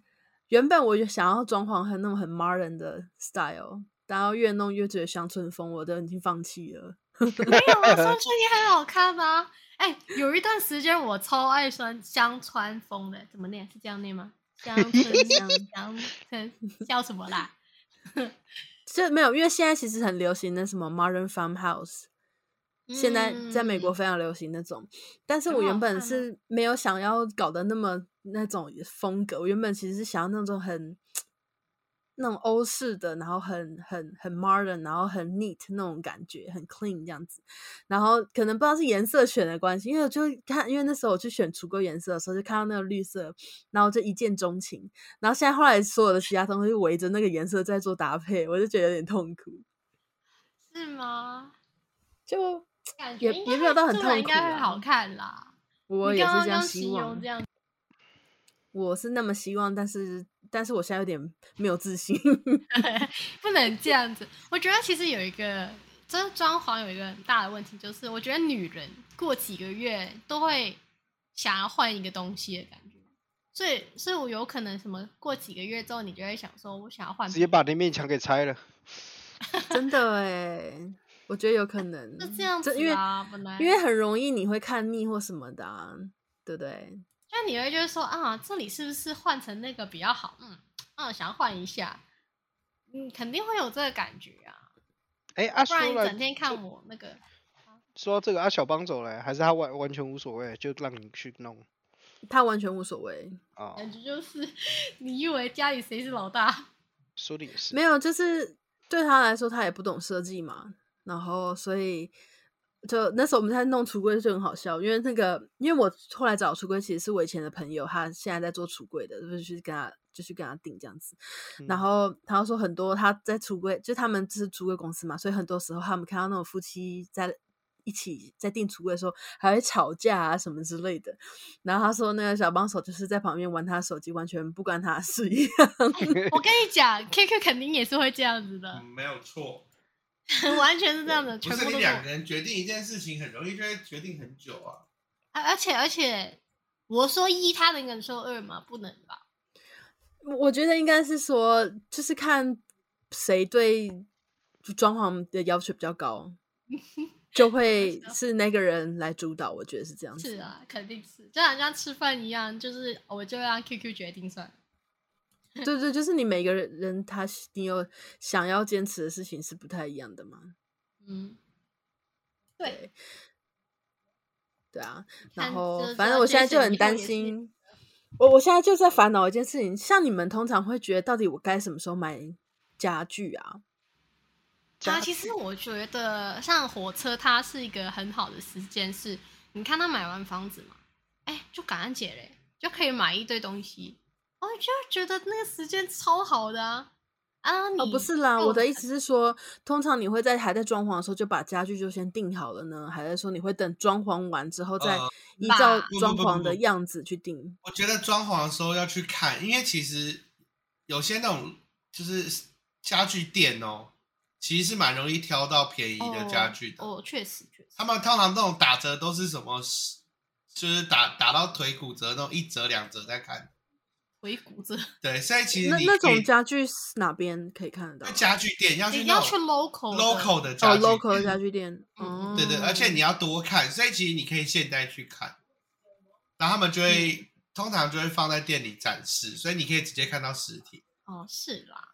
[SPEAKER 3] 原本我就想要装潢很那种很 modern 的 style，然后越弄越觉得乡村风，我都已经放弃了。
[SPEAKER 2] 没有 啊，双春也很好看吗？哎、有一段时间我超爱穿香川风的，怎么念？是这样念吗？ 香村 香香村叫什么啦？
[SPEAKER 3] 就没有，因为现在其实很流行那什么 modern farmhouse，、现在在美
[SPEAKER 2] 嗯
[SPEAKER 3] 国非常流行那种。但是
[SPEAKER 2] 很
[SPEAKER 3] 我原
[SPEAKER 2] 好
[SPEAKER 3] 本
[SPEAKER 2] 看啊
[SPEAKER 3] 是没有想要搞得那么那种风格，我原本其实是想要那种很那种欧式的，然后很很很 modern，然后很 neat 那种感觉，很 clean 这样子。然后可能不知道是颜色选的关系，因为我就看，因为那时候我去选橱柜颜色的时候，就看到那个绿色，然后就一见钟情。然后现在后来所有的其他东西就围着那个颜色在做搭配，我就觉得有点痛苦。
[SPEAKER 2] 是吗？
[SPEAKER 3] 就
[SPEAKER 2] 感
[SPEAKER 3] 也
[SPEAKER 2] 觉应
[SPEAKER 3] 也
[SPEAKER 2] 该
[SPEAKER 3] 没有到很
[SPEAKER 2] 做得应
[SPEAKER 3] 痛苦
[SPEAKER 2] 该会
[SPEAKER 3] 啦
[SPEAKER 2] 好看啦。
[SPEAKER 3] 我
[SPEAKER 2] 你
[SPEAKER 3] 也
[SPEAKER 2] 刚刚
[SPEAKER 3] 是这样
[SPEAKER 2] 刚
[SPEAKER 3] 希
[SPEAKER 2] 形容
[SPEAKER 3] 望
[SPEAKER 2] 这，样，
[SPEAKER 3] 我是那么希望，但是但是我现在有点没有 自信。
[SPEAKER 2] 不能这样子。我觉得其实有一个，真的装潢有一个很大的问题，就是我觉得女人过几个月都会想要换一个东西的感觉，所以所以我有可能什么过几个月之后，你就会想说我想要换
[SPEAKER 4] 直
[SPEAKER 2] 别
[SPEAKER 4] 接
[SPEAKER 2] 的
[SPEAKER 4] 把那面墙给拆了。
[SPEAKER 3] 真的哎，我觉得有可能
[SPEAKER 2] 是这样子
[SPEAKER 3] 这因为
[SPEAKER 2] 啊，本来
[SPEAKER 3] 因为很容易你会看腻或什么的、啊，对不对？
[SPEAKER 2] 那你会就是说啊，这里是不是换成那个比较好？嗯嗯，想换一下，嗯，肯定会有这个感觉啊，
[SPEAKER 4] 哎，阿
[SPEAKER 2] 不
[SPEAKER 4] 叔
[SPEAKER 2] 然你
[SPEAKER 4] 来
[SPEAKER 2] 整天看我那个，
[SPEAKER 4] 说到这个，阿小帮走了，还是他完完全无所谓，就让你去弄
[SPEAKER 3] 他完全无所谓，
[SPEAKER 4] 啊、
[SPEAKER 2] 感觉就是 你以为家里谁是老大？
[SPEAKER 4] 说的也是，
[SPEAKER 3] 没有，就是对他来说他也不懂设计嘛，然后所以就那时候我们在弄橱柜就很好笑，因为那个因为我后来找橱柜其实是我以前的朋友，他现在在做橱柜的，就是去跟他就去跟他订这样子，然
[SPEAKER 4] 嗯
[SPEAKER 3] 后他又说很多他在橱柜，就他们是橱柜公司嘛，所以很多时候他们看到那种夫妻在一起在订橱柜的时候，还会吵架啊什么之类的。然后他说那个小帮手就是在旁边玩他手机，完全不关他的事一样。
[SPEAKER 2] 我跟你讲，QQ 肯定也是会这样子的
[SPEAKER 1] 嗯，没有错，
[SPEAKER 2] 嗯完全是这样的，
[SPEAKER 1] 不
[SPEAKER 2] 全
[SPEAKER 1] 是
[SPEAKER 2] 部
[SPEAKER 1] 你
[SPEAKER 2] 都是
[SPEAKER 1] 两
[SPEAKER 2] 我。
[SPEAKER 1] 个人决定一件事情，很容易就会决定很久啊。
[SPEAKER 2] 而而且而且，我说一，他能忍受二吗？不能吧？
[SPEAKER 3] 我觉得应该是说，就是看谁对就装潢的要求比 较高，就会是那个人来主导。我觉得是这样子。
[SPEAKER 2] 是啊，肯定是，就好像吃饭一样，就是哦我就让 QQ 决定算了。
[SPEAKER 3] 对对，就是你每个人他喜你有想要坚持的事情是不太一样的嘛，
[SPEAKER 2] 嗯，对，
[SPEAKER 3] 对啊。
[SPEAKER 2] 看
[SPEAKER 3] 然后
[SPEAKER 2] 这
[SPEAKER 3] 反
[SPEAKER 2] 这
[SPEAKER 3] 正我现在
[SPEAKER 2] Jason
[SPEAKER 3] 就很
[SPEAKER 2] 以后
[SPEAKER 3] 担
[SPEAKER 2] 也是
[SPEAKER 3] 心，我我现在就在烦恼一件事情，像你们通常会觉得到底我该什么时候买家具啊？
[SPEAKER 4] 家
[SPEAKER 2] 啊，其实我觉得像火车，它是一个很好的时间，是你看他买完房子嘛，哎、就感恩节嘞，就可以买一堆东西，我就觉得那个时间超好的啊。啊，你
[SPEAKER 3] 哦，不是啦，
[SPEAKER 2] 就
[SPEAKER 3] 我的意思是说，通常你会在还在装潢的时候就把家具就先定好了呢，还是说你会等装潢完之后再
[SPEAKER 1] 呃
[SPEAKER 3] 依
[SPEAKER 2] 吧
[SPEAKER 3] 照
[SPEAKER 2] 不
[SPEAKER 1] 不
[SPEAKER 3] 装
[SPEAKER 1] 不
[SPEAKER 3] 潢
[SPEAKER 1] 不
[SPEAKER 3] 的
[SPEAKER 1] 不
[SPEAKER 3] 样子去定？
[SPEAKER 1] 我觉得装潢的时候要去看，因为其实有些那种就是家具店哦，其实是蛮容易挑到便宜的家具的。
[SPEAKER 2] 哦，哦确实确实，
[SPEAKER 1] 他们通常那种打折都是什么，就是打打到腿骨折那种，一折两折再看。
[SPEAKER 2] 回骨折，
[SPEAKER 1] 对，所以其实
[SPEAKER 3] 那
[SPEAKER 1] 你
[SPEAKER 3] 那
[SPEAKER 1] 可以
[SPEAKER 3] 种家具是哪边可以看得到
[SPEAKER 1] 那？家具店要去
[SPEAKER 2] 你
[SPEAKER 1] 那
[SPEAKER 2] 要
[SPEAKER 1] 种
[SPEAKER 2] 去 local 的
[SPEAKER 1] local 的家
[SPEAKER 3] 哦
[SPEAKER 1] 具店
[SPEAKER 3] ，local 的家具店。
[SPEAKER 2] 嗯
[SPEAKER 3] 哦，
[SPEAKER 1] 对对，而且你要多看，所以其实你可以现在去看，然后他们就会、
[SPEAKER 2] 嗯
[SPEAKER 1] 通常就会放在店里展示，所以你可以直接看到实体。
[SPEAKER 2] 哦，是啦，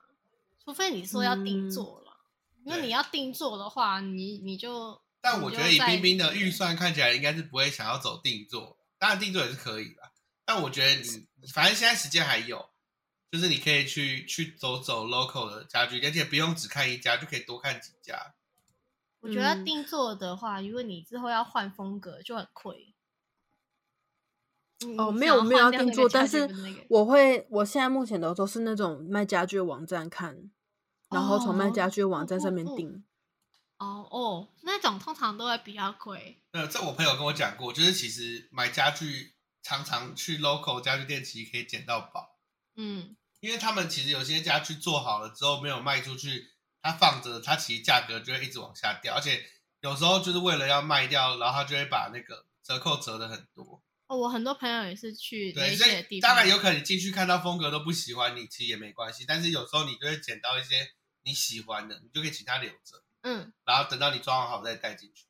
[SPEAKER 2] 除非你说要定
[SPEAKER 3] 嗯
[SPEAKER 2] 做啦，因为
[SPEAKER 1] 对
[SPEAKER 2] 你要定做的话，你你就
[SPEAKER 1] 但
[SPEAKER 2] 嗯你
[SPEAKER 1] 我
[SPEAKER 2] 就
[SPEAKER 1] 觉得以
[SPEAKER 2] 在
[SPEAKER 1] 冰冰的
[SPEAKER 2] 你
[SPEAKER 1] 预算看起来应该是不会想要走定做，当然定做也是可以啦。但我觉得你反正现在时间还有，就是你可以去去走走 local 的家具，而且不用只看一家，就可以多看几家。
[SPEAKER 2] 我觉得
[SPEAKER 3] 嗯
[SPEAKER 2] 定做的话，如果你之后要换风格，就很亏。嗯
[SPEAKER 3] 哦，
[SPEAKER 2] 你
[SPEAKER 3] 没
[SPEAKER 2] 想
[SPEAKER 3] 有没有
[SPEAKER 2] 换
[SPEAKER 3] 要
[SPEAKER 2] 掉
[SPEAKER 3] 定
[SPEAKER 2] 那个
[SPEAKER 3] 做，但
[SPEAKER 2] Chatgpt
[SPEAKER 3] 是
[SPEAKER 2] 的那个
[SPEAKER 3] 我会，我现在目前的都是那种卖家具的网站看，然后从卖
[SPEAKER 2] 哦
[SPEAKER 3] 家具的网
[SPEAKER 2] 哦
[SPEAKER 3] 站上
[SPEAKER 2] 哦
[SPEAKER 3] 面
[SPEAKER 2] 哦
[SPEAKER 3] 订。
[SPEAKER 2] 哦哦，那种通常都会比较贵。
[SPEAKER 1] 那这我朋友跟我讲过，就是其实买家具常常去 local 家具店，其实可以捡到宝。
[SPEAKER 2] 嗯，
[SPEAKER 1] 因为他们其实有些家具做好了之后没有卖出去，它放着，它其实价格就会一直往下掉，而且有时候就是为了要卖掉，然后他就会把那个折扣折的很多。
[SPEAKER 2] 哦，我很多朋友也是去那
[SPEAKER 1] 对，所
[SPEAKER 2] 些
[SPEAKER 1] 以
[SPEAKER 2] 地
[SPEAKER 1] 当
[SPEAKER 2] 方，
[SPEAKER 1] 然有可能你进去看到风格都不喜欢你，其实也没关系，但是有时候你就会捡到一些你喜欢的，你就可以请他留着，
[SPEAKER 2] 嗯，
[SPEAKER 1] 然后等到你装好再带进去。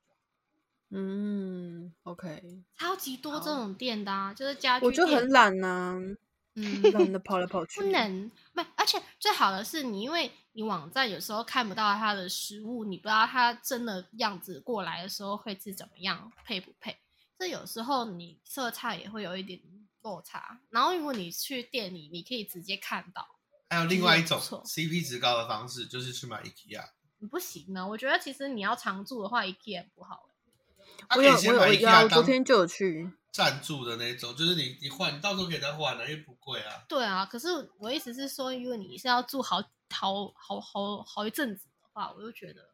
[SPEAKER 3] 嗯，OK，
[SPEAKER 2] 超级多这
[SPEAKER 3] 好
[SPEAKER 2] 种店的、啊，就是家具
[SPEAKER 3] 我就
[SPEAKER 2] 店
[SPEAKER 3] 很，懒呐，
[SPEAKER 2] 嗯，
[SPEAKER 3] 懒得跑来跑去。
[SPEAKER 1] 嗯
[SPEAKER 2] 不能，不，而且最好的是你，因为你网站有时候看不到它的实物，你不知道它真的样子过来的时候会是怎么样，配不配。这有时候你色差也会有一点落差，然后如果你去店里，你可以直接看到。
[SPEAKER 1] 还有另外一种
[SPEAKER 2] 不错
[SPEAKER 1] CP 值高的方式，就是去买 IKEA，
[SPEAKER 2] 不行啊呢，我觉得其实你要常住的话，IKEA 不好。欸
[SPEAKER 1] 他
[SPEAKER 3] 我
[SPEAKER 1] 可
[SPEAKER 3] 有
[SPEAKER 1] 以
[SPEAKER 3] 我
[SPEAKER 1] 先
[SPEAKER 3] 有
[SPEAKER 1] 买
[SPEAKER 3] 我啊，
[SPEAKER 1] IKEA
[SPEAKER 3] 我昨
[SPEAKER 1] 当
[SPEAKER 3] 天就有去。
[SPEAKER 1] 赞助的那种，就是你你换，你到时候可以再换的、因为不贵啊。
[SPEAKER 2] 对啊，可是我意思是说，如果你是要住好好好好好一阵子的话，我就觉得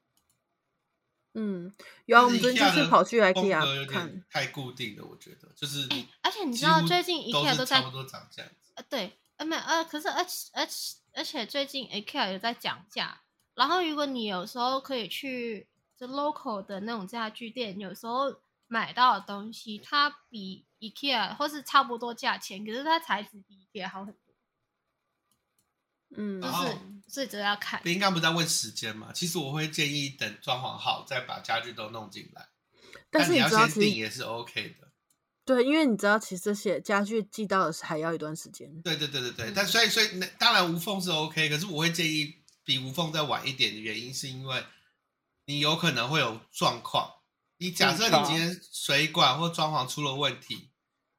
[SPEAKER 3] 嗯，有啊，我们昨天就是跑去
[SPEAKER 1] 风格有
[SPEAKER 3] IKEA 看
[SPEAKER 1] 点，太固定了，我觉得就是
[SPEAKER 2] 哎、而且你知
[SPEAKER 1] 几
[SPEAKER 2] 道
[SPEAKER 1] 乎
[SPEAKER 2] 最近
[SPEAKER 1] 都
[SPEAKER 2] IKEA
[SPEAKER 1] 是
[SPEAKER 2] 都
[SPEAKER 1] 差
[SPEAKER 2] 在
[SPEAKER 1] 不多长这样子。
[SPEAKER 2] 呃，对，呃，没有，呃，可是而且而且而且最近 IKEA 有在讲价，然后如果你有时候可以去就 local 的那种家具店，有时候买到的东西，它比 IKEA 或是差不多价钱，可是它材质比 IKEA 好很多。
[SPEAKER 3] 嗯
[SPEAKER 2] 就
[SPEAKER 1] 然后
[SPEAKER 2] 是所以这要看。
[SPEAKER 1] 林刚不是在问时间嘛？其实我会建议等装潢好再把家具都弄进来，
[SPEAKER 3] 但
[SPEAKER 1] 但
[SPEAKER 3] 是
[SPEAKER 1] 你
[SPEAKER 3] 你
[SPEAKER 1] 要
[SPEAKER 3] 知道，
[SPEAKER 1] 先
[SPEAKER 3] 其
[SPEAKER 1] 定
[SPEAKER 3] 实
[SPEAKER 1] 也是 OK 的。
[SPEAKER 3] 对，因为你知道，其实这些家具寄到的是还要一段时间。
[SPEAKER 1] 对对对对对，但所以所以那当然无缝是 OK，可是我会建议比无缝再晚一点的原因是因为你有可能会有状况。你假设你今天水管或装潢出了问题，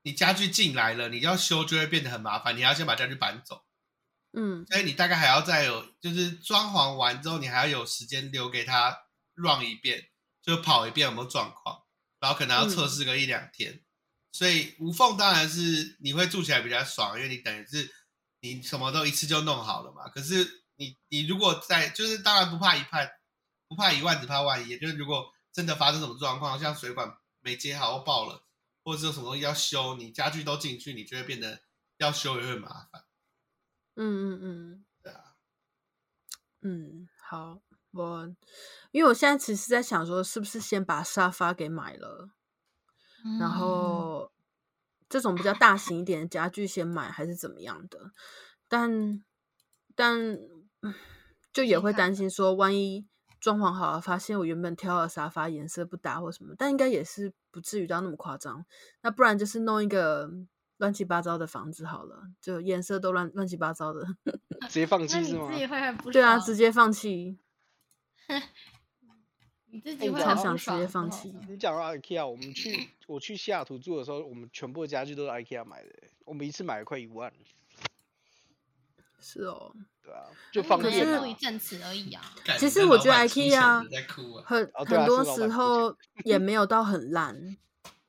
[SPEAKER 1] 你家具进来了，你要修就会变得很麻烦，你还要先把家具搬走，
[SPEAKER 3] 嗯，
[SPEAKER 1] 所以你大概还要再有就是装潢完之后，你还要有时间留给他 run 一遍，就跑一遍有没有状况，然后可能要测试个一两天。所以无缝当然是你会住起来比较爽，因为你等于是你什么都一次就弄好了嘛。可是你你如果在就是当然不怕一怕不怕一万，只怕万一。也就是如果真的发生什么状况，像水管没接好或爆了，或者是有什么东西要修，你家具都进去，你就会变得要修也会麻烦。
[SPEAKER 3] 嗯嗯嗯
[SPEAKER 1] 对啊，
[SPEAKER 3] 嗯，好，我因为我现在其实在想说，是不是先把沙发给买了，
[SPEAKER 1] 嗯
[SPEAKER 3] 然后这种比较大型一点的家具先买，还是怎么样的？但但嗯就也
[SPEAKER 2] 先
[SPEAKER 3] 会
[SPEAKER 2] 看
[SPEAKER 3] 担心说，万一装潢好了，发现我原本挑的沙发颜色不搭或什么，但应该也是不至于到那么夸张。那不然就是弄一个乱七八糟的房子好了，就颜色都乱乱七八糟的。
[SPEAKER 4] 直接放
[SPEAKER 2] 那
[SPEAKER 4] 弃
[SPEAKER 2] 你
[SPEAKER 4] 是
[SPEAKER 2] 自
[SPEAKER 4] 吗？
[SPEAKER 2] 己会很不爽。
[SPEAKER 3] 对啊，
[SPEAKER 4] 哦
[SPEAKER 3] 直接放弃，
[SPEAKER 2] 你自己会
[SPEAKER 4] 我
[SPEAKER 3] 超
[SPEAKER 2] 很
[SPEAKER 3] 想
[SPEAKER 2] 不
[SPEAKER 3] 直
[SPEAKER 2] 爽
[SPEAKER 3] 接
[SPEAKER 2] 的
[SPEAKER 3] 放
[SPEAKER 2] 时候
[SPEAKER 3] 弃。
[SPEAKER 4] 你讲到 IKEA，我 们去我去西雅图住的时候，我们全部的家具都是 IKEA 买的，我们一次买了快一万，
[SPEAKER 3] 是哦，
[SPEAKER 4] 对啊，就
[SPEAKER 2] 那
[SPEAKER 4] 方
[SPEAKER 2] 你们
[SPEAKER 4] 便
[SPEAKER 3] 可
[SPEAKER 2] 也
[SPEAKER 3] 是
[SPEAKER 2] 住一
[SPEAKER 4] 啊。
[SPEAKER 2] 阵子而已啊。
[SPEAKER 1] 干
[SPEAKER 3] 其
[SPEAKER 1] 你
[SPEAKER 3] 实
[SPEAKER 1] 那
[SPEAKER 3] 我
[SPEAKER 1] 老
[SPEAKER 3] 觉得
[SPEAKER 1] 板出钱
[SPEAKER 3] IKEA
[SPEAKER 1] 你在哭啊，
[SPEAKER 3] 很、
[SPEAKER 4] 哦对
[SPEAKER 3] 很
[SPEAKER 4] 啊是
[SPEAKER 3] 多
[SPEAKER 4] 老板
[SPEAKER 3] 时
[SPEAKER 4] 付钱
[SPEAKER 3] 候 也没有到很烂，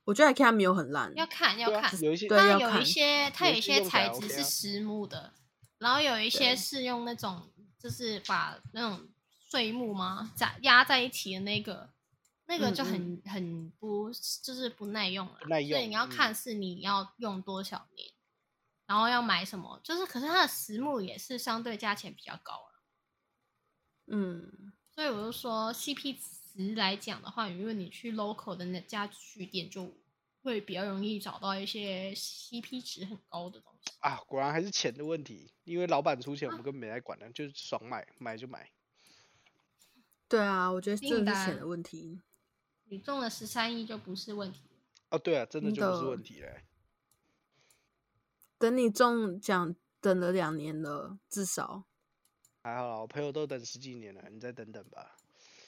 [SPEAKER 3] 我觉得 IKEA 没有很烂。
[SPEAKER 2] 要看要
[SPEAKER 4] 对啊
[SPEAKER 2] 看，，
[SPEAKER 4] 有一些
[SPEAKER 3] 对
[SPEAKER 2] 那
[SPEAKER 3] 要
[SPEAKER 2] 有
[SPEAKER 3] 看
[SPEAKER 2] 一些它
[SPEAKER 4] 有
[SPEAKER 2] 有一
[SPEAKER 4] 些
[SPEAKER 2] 些
[SPEAKER 4] 用起
[SPEAKER 2] 材
[SPEAKER 4] 来
[SPEAKER 2] 质
[SPEAKER 4] OK
[SPEAKER 2] 是
[SPEAKER 4] 啊
[SPEAKER 2] 实木的，然后有一些是用那种就是把那种碎木吗压压在一起的那个，那个
[SPEAKER 3] 嗯
[SPEAKER 2] 就很很不就是不耐用了
[SPEAKER 4] 不耐，
[SPEAKER 2] 所以
[SPEAKER 4] 用
[SPEAKER 2] 你要
[SPEAKER 4] 嗯
[SPEAKER 2] 看是你要用多少年，然后要买什么，就是可是它的实木也是相对价钱比较高啊，
[SPEAKER 3] 嗯
[SPEAKER 2] 所以我就说 CP 值来讲的话，如果你去 local 的那家具店就。会比较容易找到一些 CP 值很高的东西。
[SPEAKER 4] 啊，果然还是钱的问题，因为老板出钱，我们根本没来管的，就是爽买，买就买。，
[SPEAKER 3] 对啊，我觉得
[SPEAKER 2] 定
[SPEAKER 3] 这是
[SPEAKER 2] 的
[SPEAKER 3] 钱
[SPEAKER 2] 啊
[SPEAKER 3] 的问题。
[SPEAKER 2] 你中了十三亿就不是问题了。
[SPEAKER 4] 哦，对啊，真的
[SPEAKER 3] 真
[SPEAKER 4] 就不是
[SPEAKER 3] 的
[SPEAKER 4] 问题嘞。
[SPEAKER 3] 等你中奖，等了两年了，至少
[SPEAKER 4] 还好啦，我朋友都等十几年了，你再等等吧。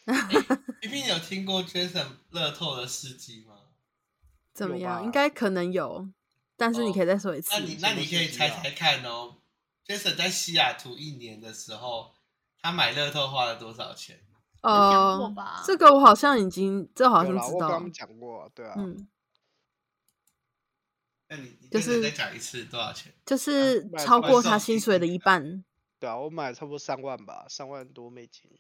[SPEAKER 1] 冰 冰你有听过 Jason 乐透的事迹吗？
[SPEAKER 3] 怎么
[SPEAKER 4] 有
[SPEAKER 3] 样？应
[SPEAKER 4] 吧
[SPEAKER 3] 该可能有，但是你
[SPEAKER 1] 哦
[SPEAKER 3] 可以再说一次。
[SPEAKER 1] 那你那你可以猜猜看哦。Jason 在西雅图一年的时候，他买乐透花了多少钱？
[SPEAKER 2] 有讲过
[SPEAKER 3] 哦
[SPEAKER 2] 吧，
[SPEAKER 3] 这个我好像已经，这我好
[SPEAKER 4] 有
[SPEAKER 3] 像
[SPEAKER 4] 啦，
[SPEAKER 3] 知
[SPEAKER 4] 我跟他
[SPEAKER 3] 道
[SPEAKER 4] 们。讲过，对啊，
[SPEAKER 3] 嗯，
[SPEAKER 1] 那你你
[SPEAKER 3] 就
[SPEAKER 1] Jason
[SPEAKER 3] 是
[SPEAKER 1] 再讲一次多少钱？
[SPEAKER 3] 就是
[SPEAKER 4] 买
[SPEAKER 3] 超
[SPEAKER 4] 买
[SPEAKER 3] 过
[SPEAKER 1] 送
[SPEAKER 3] 他
[SPEAKER 1] 进
[SPEAKER 3] 薪水的
[SPEAKER 1] 去
[SPEAKER 3] 一半。
[SPEAKER 4] 对啊，我买了差不多三万吧，三万多美金。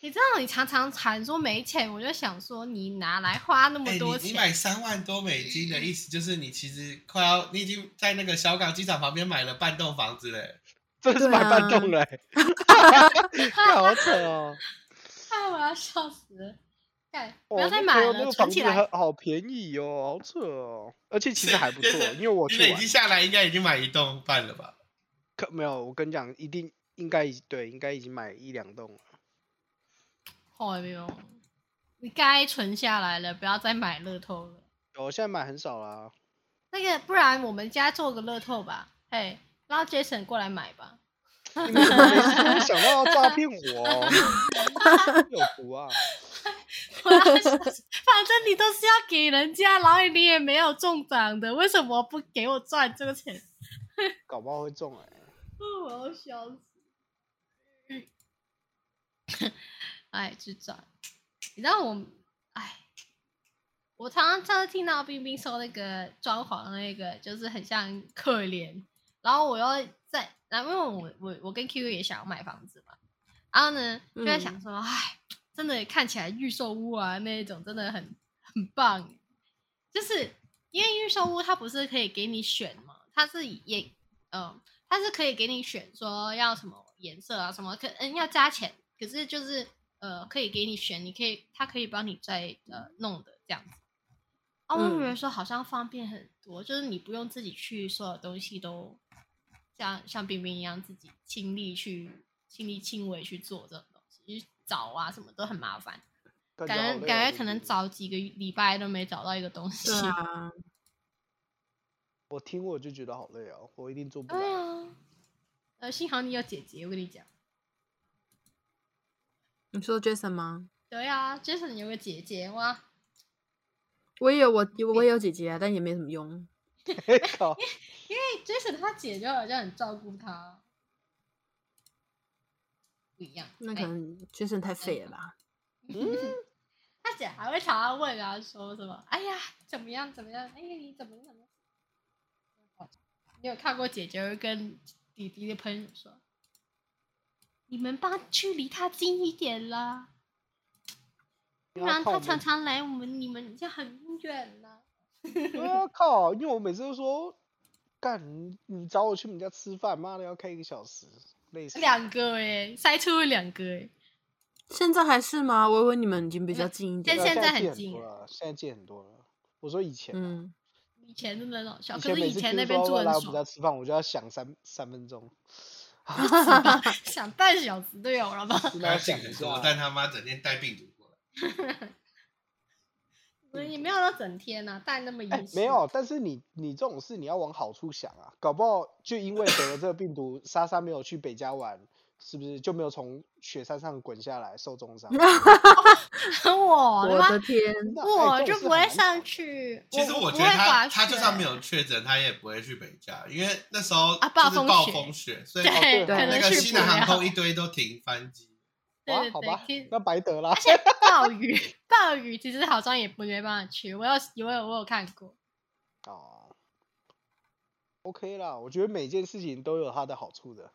[SPEAKER 2] 你知道你常常喊说没钱，我就想说你哪来花那么
[SPEAKER 1] 哎、
[SPEAKER 2] 多
[SPEAKER 1] 你你
[SPEAKER 2] 钱？
[SPEAKER 1] 买三万多美金的意思就是你其实快要，你已经在那个小港机场旁边买了半栋房子嘞。
[SPEAKER 4] 真的是
[SPEAKER 3] 对
[SPEAKER 4] 买半
[SPEAKER 3] 啊
[SPEAKER 4] 栋嘞、干好扯哦！
[SPEAKER 2] 哎， 我要笑死了！干，
[SPEAKER 4] 哦
[SPEAKER 2] 不要再
[SPEAKER 4] 那
[SPEAKER 2] 买
[SPEAKER 4] 朋友那
[SPEAKER 2] 了，
[SPEAKER 4] 个
[SPEAKER 2] 存
[SPEAKER 4] 房
[SPEAKER 2] 起
[SPEAKER 4] 子还
[SPEAKER 2] 来。
[SPEAKER 4] 好便宜哦，好扯哦！而且其实还不 错
[SPEAKER 1] 真的，
[SPEAKER 4] 因为我
[SPEAKER 1] 你
[SPEAKER 4] 去
[SPEAKER 1] 累
[SPEAKER 4] 玩
[SPEAKER 1] 积，下来应该已经买一栋半了吧？
[SPEAKER 4] 可没有，我跟你讲，一定应该已对，应该已经买一两栋了。
[SPEAKER 2] 好没有，哦哎你该存下来了，不要再买乐透了。
[SPEAKER 4] 我现在买很少啦，
[SPEAKER 2] 那个，不然我们家做个乐透吧，哎，让 Jason 过来买吧。
[SPEAKER 4] 你们怎么每次都想到要诈骗我、哦？有毒啊！
[SPEAKER 2] 我要笑死 反正你都是要给人家，然后你也没有中奖的，为什么不给我赚这个钱？
[SPEAKER 4] 搞不好会中哎、
[SPEAKER 2] 我要笑 死！哎，智障！你知道我，哎，我常常常听到冰冰说那个装潢那个，就是很像可怜。然后我又在，然后因为我我我跟 QQ 也想要买房子嘛，然后呢就在想说，哎、真的看起来预售屋啊那一种真的很很棒，就是因为预售屋它不是可以给你选嘛，它是也嗯，它是可以给你选说要什么颜色啊，什么可嗯要加钱，可是就是呃可以给你选，你可以它可以帮你再呃弄的这样子。哦，我
[SPEAKER 3] 嗯
[SPEAKER 2] 觉得说好像方便很多，就是你不用自己去所有东西都像像冰冰一样自己亲力去亲力亲为去做这种东西，去找啊什么都很麻烦，
[SPEAKER 4] 感觉好
[SPEAKER 2] 感觉
[SPEAKER 4] 累哦
[SPEAKER 2] 感
[SPEAKER 4] 这
[SPEAKER 2] 觉可能
[SPEAKER 4] 个
[SPEAKER 2] 找几个礼拜都没找到一个东西。
[SPEAKER 3] 对啊，
[SPEAKER 4] 我听我就觉得好累哦，我一定做不
[SPEAKER 2] 对
[SPEAKER 4] 来。
[SPEAKER 2] 啊， 呃，幸好你有姐姐，我跟你讲。
[SPEAKER 3] 你说 Jason 吗？
[SPEAKER 2] 对啊，Jason 有个姐姐哇，
[SPEAKER 3] 我也有我我也有姐姐啊，但也没什么用。
[SPEAKER 4] 靠，
[SPEAKER 2] 因为哎 Jason 他姐就好像很照顾他，不一样。
[SPEAKER 3] 那
[SPEAKER 2] 哎
[SPEAKER 3] 可能 Jason 太废了吧？
[SPEAKER 2] 哦他姐还会常常问啊，说什么？哎呀，怎么样？怎么样？哎呀，你怎么样怎么样？你有看过姐姐会跟弟弟的朋友说：“你们帮去离他近一点啦，不
[SPEAKER 4] 你要
[SPEAKER 2] 然
[SPEAKER 4] 靠
[SPEAKER 2] 他
[SPEAKER 4] 我
[SPEAKER 2] 常
[SPEAKER 4] 们
[SPEAKER 2] 常来我们你们家很远了。
[SPEAKER 4] 对啊，靠！因为我每次都说，干你你找我去你们家吃饭，妈的要开一个小时，累”死。
[SPEAKER 2] 两个哎，塞出了两个哎，
[SPEAKER 3] 现在还是吗？我以为你们已经比较近一
[SPEAKER 2] 但
[SPEAKER 3] 点了。
[SPEAKER 4] 对啊
[SPEAKER 2] 现在
[SPEAKER 4] 在
[SPEAKER 2] 很
[SPEAKER 4] 戒
[SPEAKER 2] 近
[SPEAKER 4] 多
[SPEAKER 2] 了
[SPEAKER 4] 了，现在戒很多了。我说以前啊，
[SPEAKER 3] 嗯，
[SPEAKER 2] 以前真的很好笑，
[SPEAKER 4] 以
[SPEAKER 2] 哦可
[SPEAKER 4] 前
[SPEAKER 2] 是
[SPEAKER 4] 每
[SPEAKER 2] 以
[SPEAKER 4] 次
[SPEAKER 2] 前
[SPEAKER 4] Q
[SPEAKER 2] 那
[SPEAKER 4] 说
[SPEAKER 2] 边
[SPEAKER 4] 要
[SPEAKER 2] 住
[SPEAKER 4] 不
[SPEAKER 2] 很
[SPEAKER 4] 要来我们家
[SPEAKER 2] 爽，
[SPEAKER 4] 吃饭，我就要想三三 分钟，
[SPEAKER 2] 想半小时都有了吧？
[SPEAKER 4] 真的
[SPEAKER 1] 他
[SPEAKER 4] 要
[SPEAKER 1] 性
[SPEAKER 4] 想
[SPEAKER 1] 很
[SPEAKER 4] 一
[SPEAKER 1] 多
[SPEAKER 4] 下，。
[SPEAKER 1] 但他妈整天带病毒过来。
[SPEAKER 2] 嗯也没有到整天呐、啊，但那么
[SPEAKER 4] 哎
[SPEAKER 2] 严、实
[SPEAKER 4] 没有，但是你你这种事你要往好处想啊，搞不好就因为得了这个病毒，莎莎没有去北加玩，是不是就没有从雪山上滚下来受重伤？
[SPEAKER 2] 我
[SPEAKER 3] 我
[SPEAKER 2] 他妈
[SPEAKER 3] 的天，
[SPEAKER 4] 真的
[SPEAKER 2] 我
[SPEAKER 4] 哎这
[SPEAKER 2] 就
[SPEAKER 4] 种事
[SPEAKER 2] 不会
[SPEAKER 4] 很难
[SPEAKER 2] 上
[SPEAKER 4] 讲
[SPEAKER 2] 去。
[SPEAKER 1] 其实
[SPEAKER 2] 我
[SPEAKER 1] 觉
[SPEAKER 2] 不
[SPEAKER 1] 得
[SPEAKER 2] 会
[SPEAKER 1] 他
[SPEAKER 2] 滑
[SPEAKER 1] 他就
[SPEAKER 2] 雪
[SPEAKER 1] 算没有确诊，他也不会去北加，因为那时候
[SPEAKER 2] 啊
[SPEAKER 1] 就
[SPEAKER 2] 暴
[SPEAKER 1] 是
[SPEAKER 2] 风
[SPEAKER 1] 暴
[SPEAKER 2] 雪
[SPEAKER 1] 风雪，所以哦
[SPEAKER 2] 对，
[SPEAKER 4] 对
[SPEAKER 2] 可
[SPEAKER 3] 对
[SPEAKER 1] 那
[SPEAKER 2] 能
[SPEAKER 1] 个
[SPEAKER 2] 去
[SPEAKER 1] 西
[SPEAKER 2] 不
[SPEAKER 1] 南航
[SPEAKER 2] 了。
[SPEAKER 1] 空一堆都停班 机。
[SPEAKER 2] 对
[SPEAKER 4] 哇
[SPEAKER 2] 对
[SPEAKER 4] 好
[SPEAKER 2] 对
[SPEAKER 4] 吧，
[SPEAKER 2] 其实
[SPEAKER 4] 那白得啦
[SPEAKER 2] 而。 且暴雨暴雨其实好像也不没办法去，我有我有我有看过。
[SPEAKER 4] 哦，OK 啦，我觉得每件事情都有它的好处的。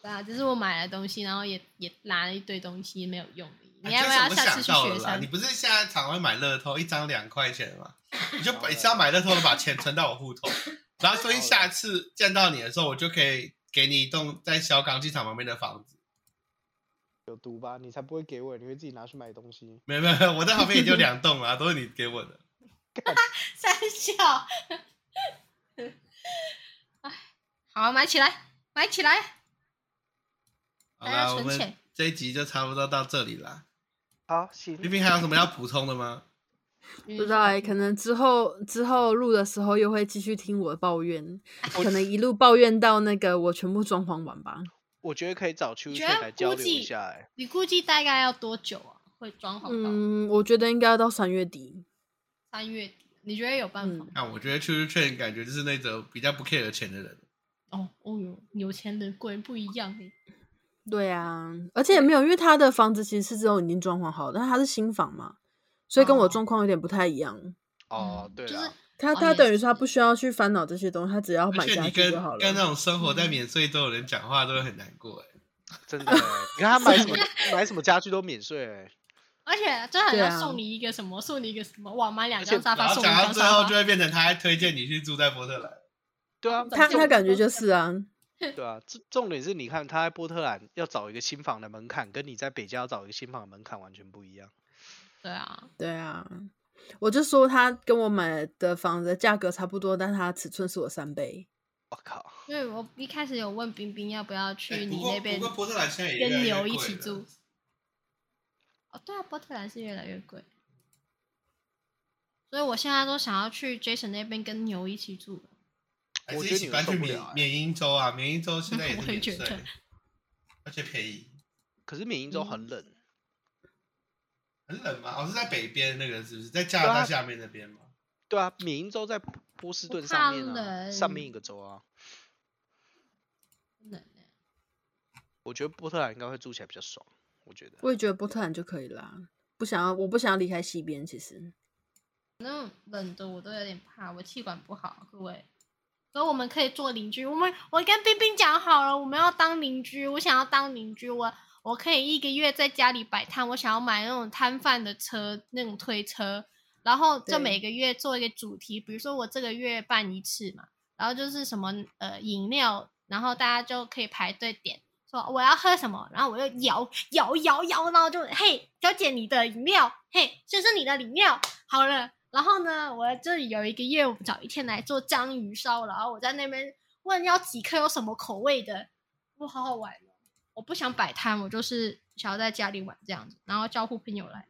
[SPEAKER 2] 对啊，就是我买了东西，然后也也拿了一堆东西没有用的。
[SPEAKER 1] 哎
[SPEAKER 2] 你要不
[SPEAKER 1] 这是
[SPEAKER 2] 要
[SPEAKER 1] 我
[SPEAKER 2] 下
[SPEAKER 1] 想
[SPEAKER 2] 次去
[SPEAKER 1] 到
[SPEAKER 2] 雪
[SPEAKER 1] 了啦，
[SPEAKER 2] 山
[SPEAKER 1] 你？不是现在常会买乐透，一张两块钱吗？你就
[SPEAKER 4] 好
[SPEAKER 1] 每次要买乐透，都把钱存到我户头，然后所以
[SPEAKER 4] 好了
[SPEAKER 1] 下次见到你的时候，我就可以给你一栋在小港机场旁边的房子。
[SPEAKER 4] 有毒吧？你才不会给我，你会自己拿去买东西。
[SPEAKER 1] 没有没有没有，我在旁边也就 两栋啦，都是你给我的。
[SPEAKER 2] 三笑， 哎，好买起来，买起来。
[SPEAKER 1] 好
[SPEAKER 2] 还
[SPEAKER 1] 啦，
[SPEAKER 2] 要
[SPEAKER 1] 我
[SPEAKER 2] 存
[SPEAKER 1] 们
[SPEAKER 2] 钱
[SPEAKER 1] 这一集就差不多到这里啦。
[SPEAKER 4] 好，行
[SPEAKER 1] 冰冰还有什么要补充的吗？
[SPEAKER 2] 不
[SPEAKER 3] 不
[SPEAKER 2] 嗯
[SPEAKER 3] 知道哎、可能之后之后录的时候又会继续听我的抱 怨，可能一路抱怨到那个我全部装潢完吧。
[SPEAKER 4] 我觉得可以找秋
[SPEAKER 2] 你
[SPEAKER 4] 雪
[SPEAKER 2] 觉得
[SPEAKER 4] 来交
[SPEAKER 2] 估
[SPEAKER 4] 流一
[SPEAKER 2] 计
[SPEAKER 4] 下、欸。
[SPEAKER 2] 你估计大概要多久啊？会装潢到
[SPEAKER 3] 嗯，我觉得应该要到三月底。
[SPEAKER 2] 三月底？你觉得有办法吗
[SPEAKER 3] 嗯？
[SPEAKER 1] 那我觉得 Q Q 券感觉就是那种比较不 care 钱的人。
[SPEAKER 2] 哦哦哟，有钱人果然不一样哎。
[SPEAKER 3] 对啊，而且也没有，因为他的房子其实是之后已经装潢好的，但他是新房嘛，所以跟我
[SPEAKER 2] 哦
[SPEAKER 3] 状况有点不太一样。
[SPEAKER 4] 哦
[SPEAKER 2] 嗯，
[SPEAKER 4] 对
[SPEAKER 2] 就
[SPEAKER 4] 啦
[SPEAKER 2] 是，
[SPEAKER 3] 他
[SPEAKER 2] 哦
[SPEAKER 3] 他
[SPEAKER 2] 也
[SPEAKER 3] 等于说他
[SPEAKER 2] 是
[SPEAKER 3] 不需要去烦恼这些东西，他只要
[SPEAKER 1] 而
[SPEAKER 3] 买
[SPEAKER 1] 且
[SPEAKER 3] 家
[SPEAKER 1] 你
[SPEAKER 3] 具
[SPEAKER 1] 跟
[SPEAKER 3] 就好了
[SPEAKER 1] 跟。那种生活
[SPEAKER 2] 嗯
[SPEAKER 1] 在免税州的人讲话都会很难过哎、
[SPEAKER 4] 真的欸、你看他 买什么买什么家具都免税、欸，
[SPEAKER 2] 而且真的很
[SPEAKER 3] 对
[SPEAKER 2] 像
[SPEAKER 3] 啊
[SPEAKER 2] 送你一个什么，送你一个什么，哇，买两
[SPEAKER 4] 而
[SPEAKER 2] 张
[SPEAKER 4] 且
[SPEAKER 2] 沙
[SPEAKER 1] 欸然后
[SPEAKER 2] 发送你
[SPEAKER 1] 讲
[SPEAKER 2] 一
[SPEAKER 1] 到
[SPEAKER 2] 张
[SPEAKER 1] 最
[SPEAKER 2] 沙
[SPEAKER 1] 后
[SPEAKER 2] 发
[SPEAKER 1] 就。会变成他还推荐你去住在波特兰。
[SPEAKER 4] 对啊，
[SPEAKER 2] 怎
[SPEAKER 3] 他
[SPEAKER 2] 就
[SPEAKER 3] 他感觉就是啊，
[SPEAKER 4] 对啊。重重点是你看他在波特兰要找一个新房的门槛，跟你在北加要找一个新房的门槛完全不一样。
[SPEAKER 2] 对啊，
[SPEAKER 3] 对啊，我就说他跟我买的房子的价格差不多，但他尺寸是我三倍。
[SPEAKER 4] 我靠，
[SPEAKER 2] 因为我一开始有问冰冰要不要去
[SPEAKER 1] 哎不
[SPEAKER 2] 你
[SPEAKER 1] 过
[SPEAKER 2] 那边
[SPEAKER 1] 不过波特兰现在也越来
[SPEAKER 2] 跟
[SPEAKER 1] 越
[SPEAKER 2] 牛
[SPEAKER 1] 贵
[SPEAKER 2] 一起
[SPEAKER 1] 了
[SPEAKER 2] 住。哦，对啊，波特兰是越来越贵，所以我现在都想要去 Jason 那边跟牛一起住。
[SPEAKER 1] 还
[SPEAKER 4] 我
[SPEAKER 1] 是
[SPEAKER 4] 觉
[SPEAKER 1] 一
[SPEAKER 4] 得
[SPEAKER 1] 起
[SPEAKER 4] 你
[SPEAKER 1] 搬
[SPEAKER 4] 受
[SPEAKER 1] 去
[SPEAKER 4] 不
[SPEAKER 1] 缅
[SPEAKER 4] 了哎
[SPEAKER 1] 缅因州啊，缅因州现在也是
[SPEAKER 2] 我也
[SPEAKER 1] 免
[SPEAKER 2] 觉
[SPEAKER 1] 税
[SPEAKER 2] 得，
[SPEAKER 1] 而且便宜，
[SPEAKER 4] 可是缅因州
[SPEAKER 2] 嗯
[SPEAKER 4] 很冷，
[SPEAKER 1] 很冷吗？哦，是在北边那个是不是？在加拿
[SPEAKER 4] 对
[SPEAKER 1] 大
[SPEAKER 4] 啊
[SPEAKER 1] 下面那边吗？
[SPEAKER 4] 对啊，缅因州在波士
[SPEAKER 2] 不
[SPEAKER 4] 顿
[SPEAKER 2] 怕
[SPEAKER 4] 上面啊，上面
[SPEAKER 2] 冷
[SPEAKER 4] 一个州啊。
[SPEAKER 2] 真的耶
[SPEAKER 4] 我觉得波特兰应该会住起来比较爽，我觉得。
[SPEAKER 3] 我也觉得波特兰就可以啦，不想要，我不想要离开西边。其实，
[SPEAKER 2] 反正冷的我都有点怕，我气管不好，各位。所以我们可以做邻居。我们我跟冰冰讲好了，我们要当邻居。我想要当邻居，我我可以一个月在家里摆摊。我想要买那种摊贩的车，那种推车，然后就
[SPEAKER 3] 对
[SPEAKER 2] 每个月做一个主题，比如说我这个月办一次嘛，然后就是什么呃饮料，然后大家就可以排队点。说我要喝什么，然后我就摇摇摇摇，然后就嘿，小姐你的饮料，嘿，先生你的饮料，好了。然后呢，我这里有一个业务，找一天来做章鱼烧，然后我在那边，问要几颗有什么口味的，我好好玩哦。我不想摆摊，我就是想要在家里玩这样子，然后招呼朋友来。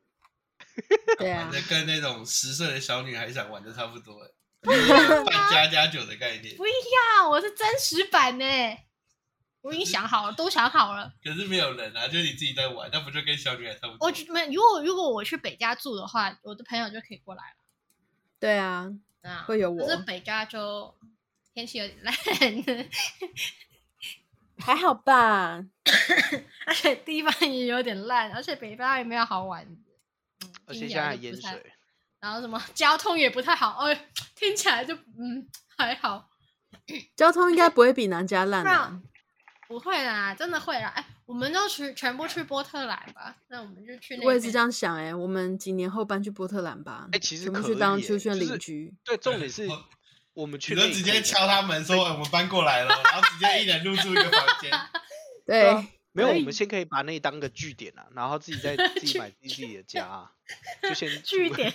[SPEAKER 3] 对啊
[SPEAKER 1] 玩，的跟那种十岁的小女孩想玩的差不 多，欸就是办家家酒的概念，
[SPEAKER 2] 不啊，我是真实版呢，我已经想好了，都想好了。
[SPEAKER 1] 可是没有人啊，就是你自己在玩，那不就跟小女孩差不多？
[SPEAKER 2] 我觉没，如果如果我去北家住的话，我的朋友就可以过来了。
[SPEAKER 3] 对啊，
[SPEAKER 2] 对啊，
[SPEAKER 3] 会有我
[SPEAKER 2] 可是北家就天气有点 烂，
[SPEAKER 3] 还好吧？
[SPEAKER 2] 而且地方也有点烂，而且北方也没有好玩的。嗯
[SPEAKER 4] 而
[SPEAKER 2] 听
[SPEAKER 4] 且
[SPEAKER 2] 起
[SPEAKER 4] 现在
[SPEAKER 2] 来
[SPEAKER 4] 还
[SPEAKER 2] 就
[SPEAKER 4] 淹
[SPEAKER 2] 不太
[SPEAKER 4] 水，
[SPEAKER 2] 然后什么交通也不太好，哎、听起来就嗯还好，
[SPEAKER 3] 交通应该不会比南加烂
[SPEAKER 2] 不
[SPEAKER 3] 啊
[SPEAKER 2] 然。不会啦，真的会啦，哎，我们就去全部去波特兰吧，那我们就去那边。
[SPEAKER 3] 我也是这样想哎、我们几年后搬去波特兰吧，
[SPEAKER 4] 哎其实
[SPEAKER 3] 全部
[SPEAKER 4] 可
[SPEAKER 3] 去
[SPEAKER 4] 以
[SPEAKER 3] 当
[SPEAKER 4] 耶
[SPEAKER 3] 邱炫
[SPEAKER 4] 就是
[SPEAKER 3] 邻居。
[SPEAKER 4] 对，重点是
[SPEAKER 1] 我
[SPEAKER 4] 我们去
[SPEAKER 1] 哦你就
[SPEAKER 4] 那里
[SPEAKER 1] 直
[SPEAKER 4] 可以
[SPEAKER 1] 接敲他门说，哎我们搬过来 了，然后直接一人入住一个房 间，
[SPEAKER 3] 对，
[SPEAKER 4] 啊没有，
[SPEAKER 3] 可
[SPEAKER 2] 哎
[SPEAKER 4] 我
[SPEAKER 3] 以
[SPEAKER 4] 们先可以把那里当个据点啊，然后自己 再自己买自己自己的家、啊，就先
[SPEAKER 2] 据
[SPEAKER 4] 住
[SPEAKER 2] 点，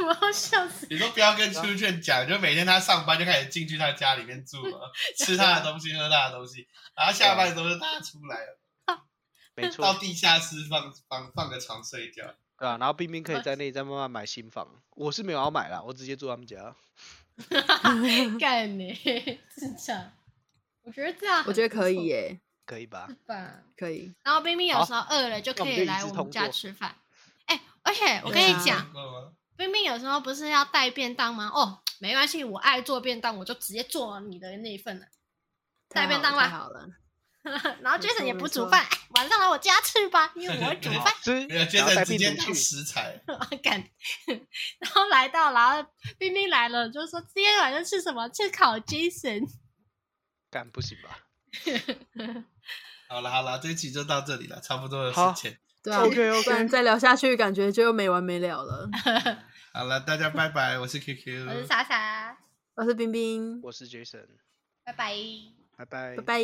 [SPEAKER 2] 我要笑死。
[SPEAKER 1] 你都不要跟初卷讲，就每天他上班就开始进去他家里面住了， 吃他的东西，喝他的东西，然后下班的时候就大家出来了，
[SPEAKER 4] 没
[SPEAKER 1] 到
[SPEAKER 4] 错，
[SPEAKER 1] 地下室放放放个床睡觉。
[SPEAKER 4] 对啊，然后冰冰
[SPEAKER 2] 呃
[SPEAKER 4] 可以在那里再慢慢买新房，我是没有要买啦，我直接住他们家，
[SPEAKER 2] 干你，智障！我觉得这样，
[SPEAKER 3] 我觉得 可以耶、
[SPEAKER 4] 可以吧？
[SPEAKER 2] 吧。
[SPEAKER 3] 可以。
[SPEAKER 2] 然后冰冰有时候饿了就
[SPEAKER 4] 那我
[SPEAKER 2] 可
[SPEAKER 4] 们
[SPEAKER 2] 以
[SPEAKER 4] 就一
[SPEAKER 2] 来
[SPEAKER 4] 致
[SPEAKER 2] 我
[SPEAKER 4] 通
[SPEAKER 2] 们家
[SPEAKER 4] 过
[SPEAKER 2] 吃饭。哎、而且我跟
[SPEAKER 3] 对
[SPEAKER 2] 你
[SPEAKER 3] 啊
[SPEAKER 2] 讲，
[SPEAKER 1] 过吗？
[SPEAKER 2] 冰冰有时候不是要带便当吗？哦，没关系，我爱做便当，我就直接做你的那一份了。带
[SPEAKER 3] 太
[SPEAKER 2] 便
[SPEAKER 3] 好了
[SPEAKER 2] 当吧
[SPEAKER 3] 太好了。
[SPEAKER 2] 然后
[SPEAKER 3] 没
[SPEAKER 2] Jason
[SPEAKER 3] 错
[SPEAKER 2] 也
[SPEAKER 3] 没
[SPEAKER 2] 不煮
[SPEAKER 3] 错
[SPEAKER 2] 饭，哎 晚上来我家吃吧， 因为我会煮 饭。
[SPEAKER 4] 就是
[SPEAKER 1] 没有，接
[SPEAKER 4] 然后
[SPEAKER 1] 着
[SPEAKER 4] 带
[SPEAKER 1] 直
[SPEAKER 4] 病
[SPEAKER 1] 接
[SPEAKER 4] 毒
[SPEAKER 1] 当
[SPEAKER 4] 去，
[SPEAKER 1] 食材。
[SPEAKER 2] 干， 然后来到，然后冰冰来了，就说今天晚上吃什么？吃烤 Jason。
[SPEAKER 4] 干不行吧
[SPEAKER 1] 好了好了，这一期就到这里了，差不多的
[SPEAKER 4] 好
[SPEAKER 1] 时间。
[SPEAKER 3] 对啊
[SPEAKER 4] ？OK
[SPEAKER 3] 不然
[SPEAKER 4] OK，
[SPEAKER 3] 再聊下去，感觉就没完没了了。
[SPEAKER 1] 好了，大家拜拜，我是
[SPEAKER 2] 我是
[SPEAKER 1] QQ，
[SPEAKER 2] 莎莎，
[SPEAKER 3] 我是冰冰，
[SPEAKER 4] 我是 Jason，
[SPEAKER 2] 拜拜。
[SPEAKER 4] 拜拜
[SPEAKER 3] 拜。拜。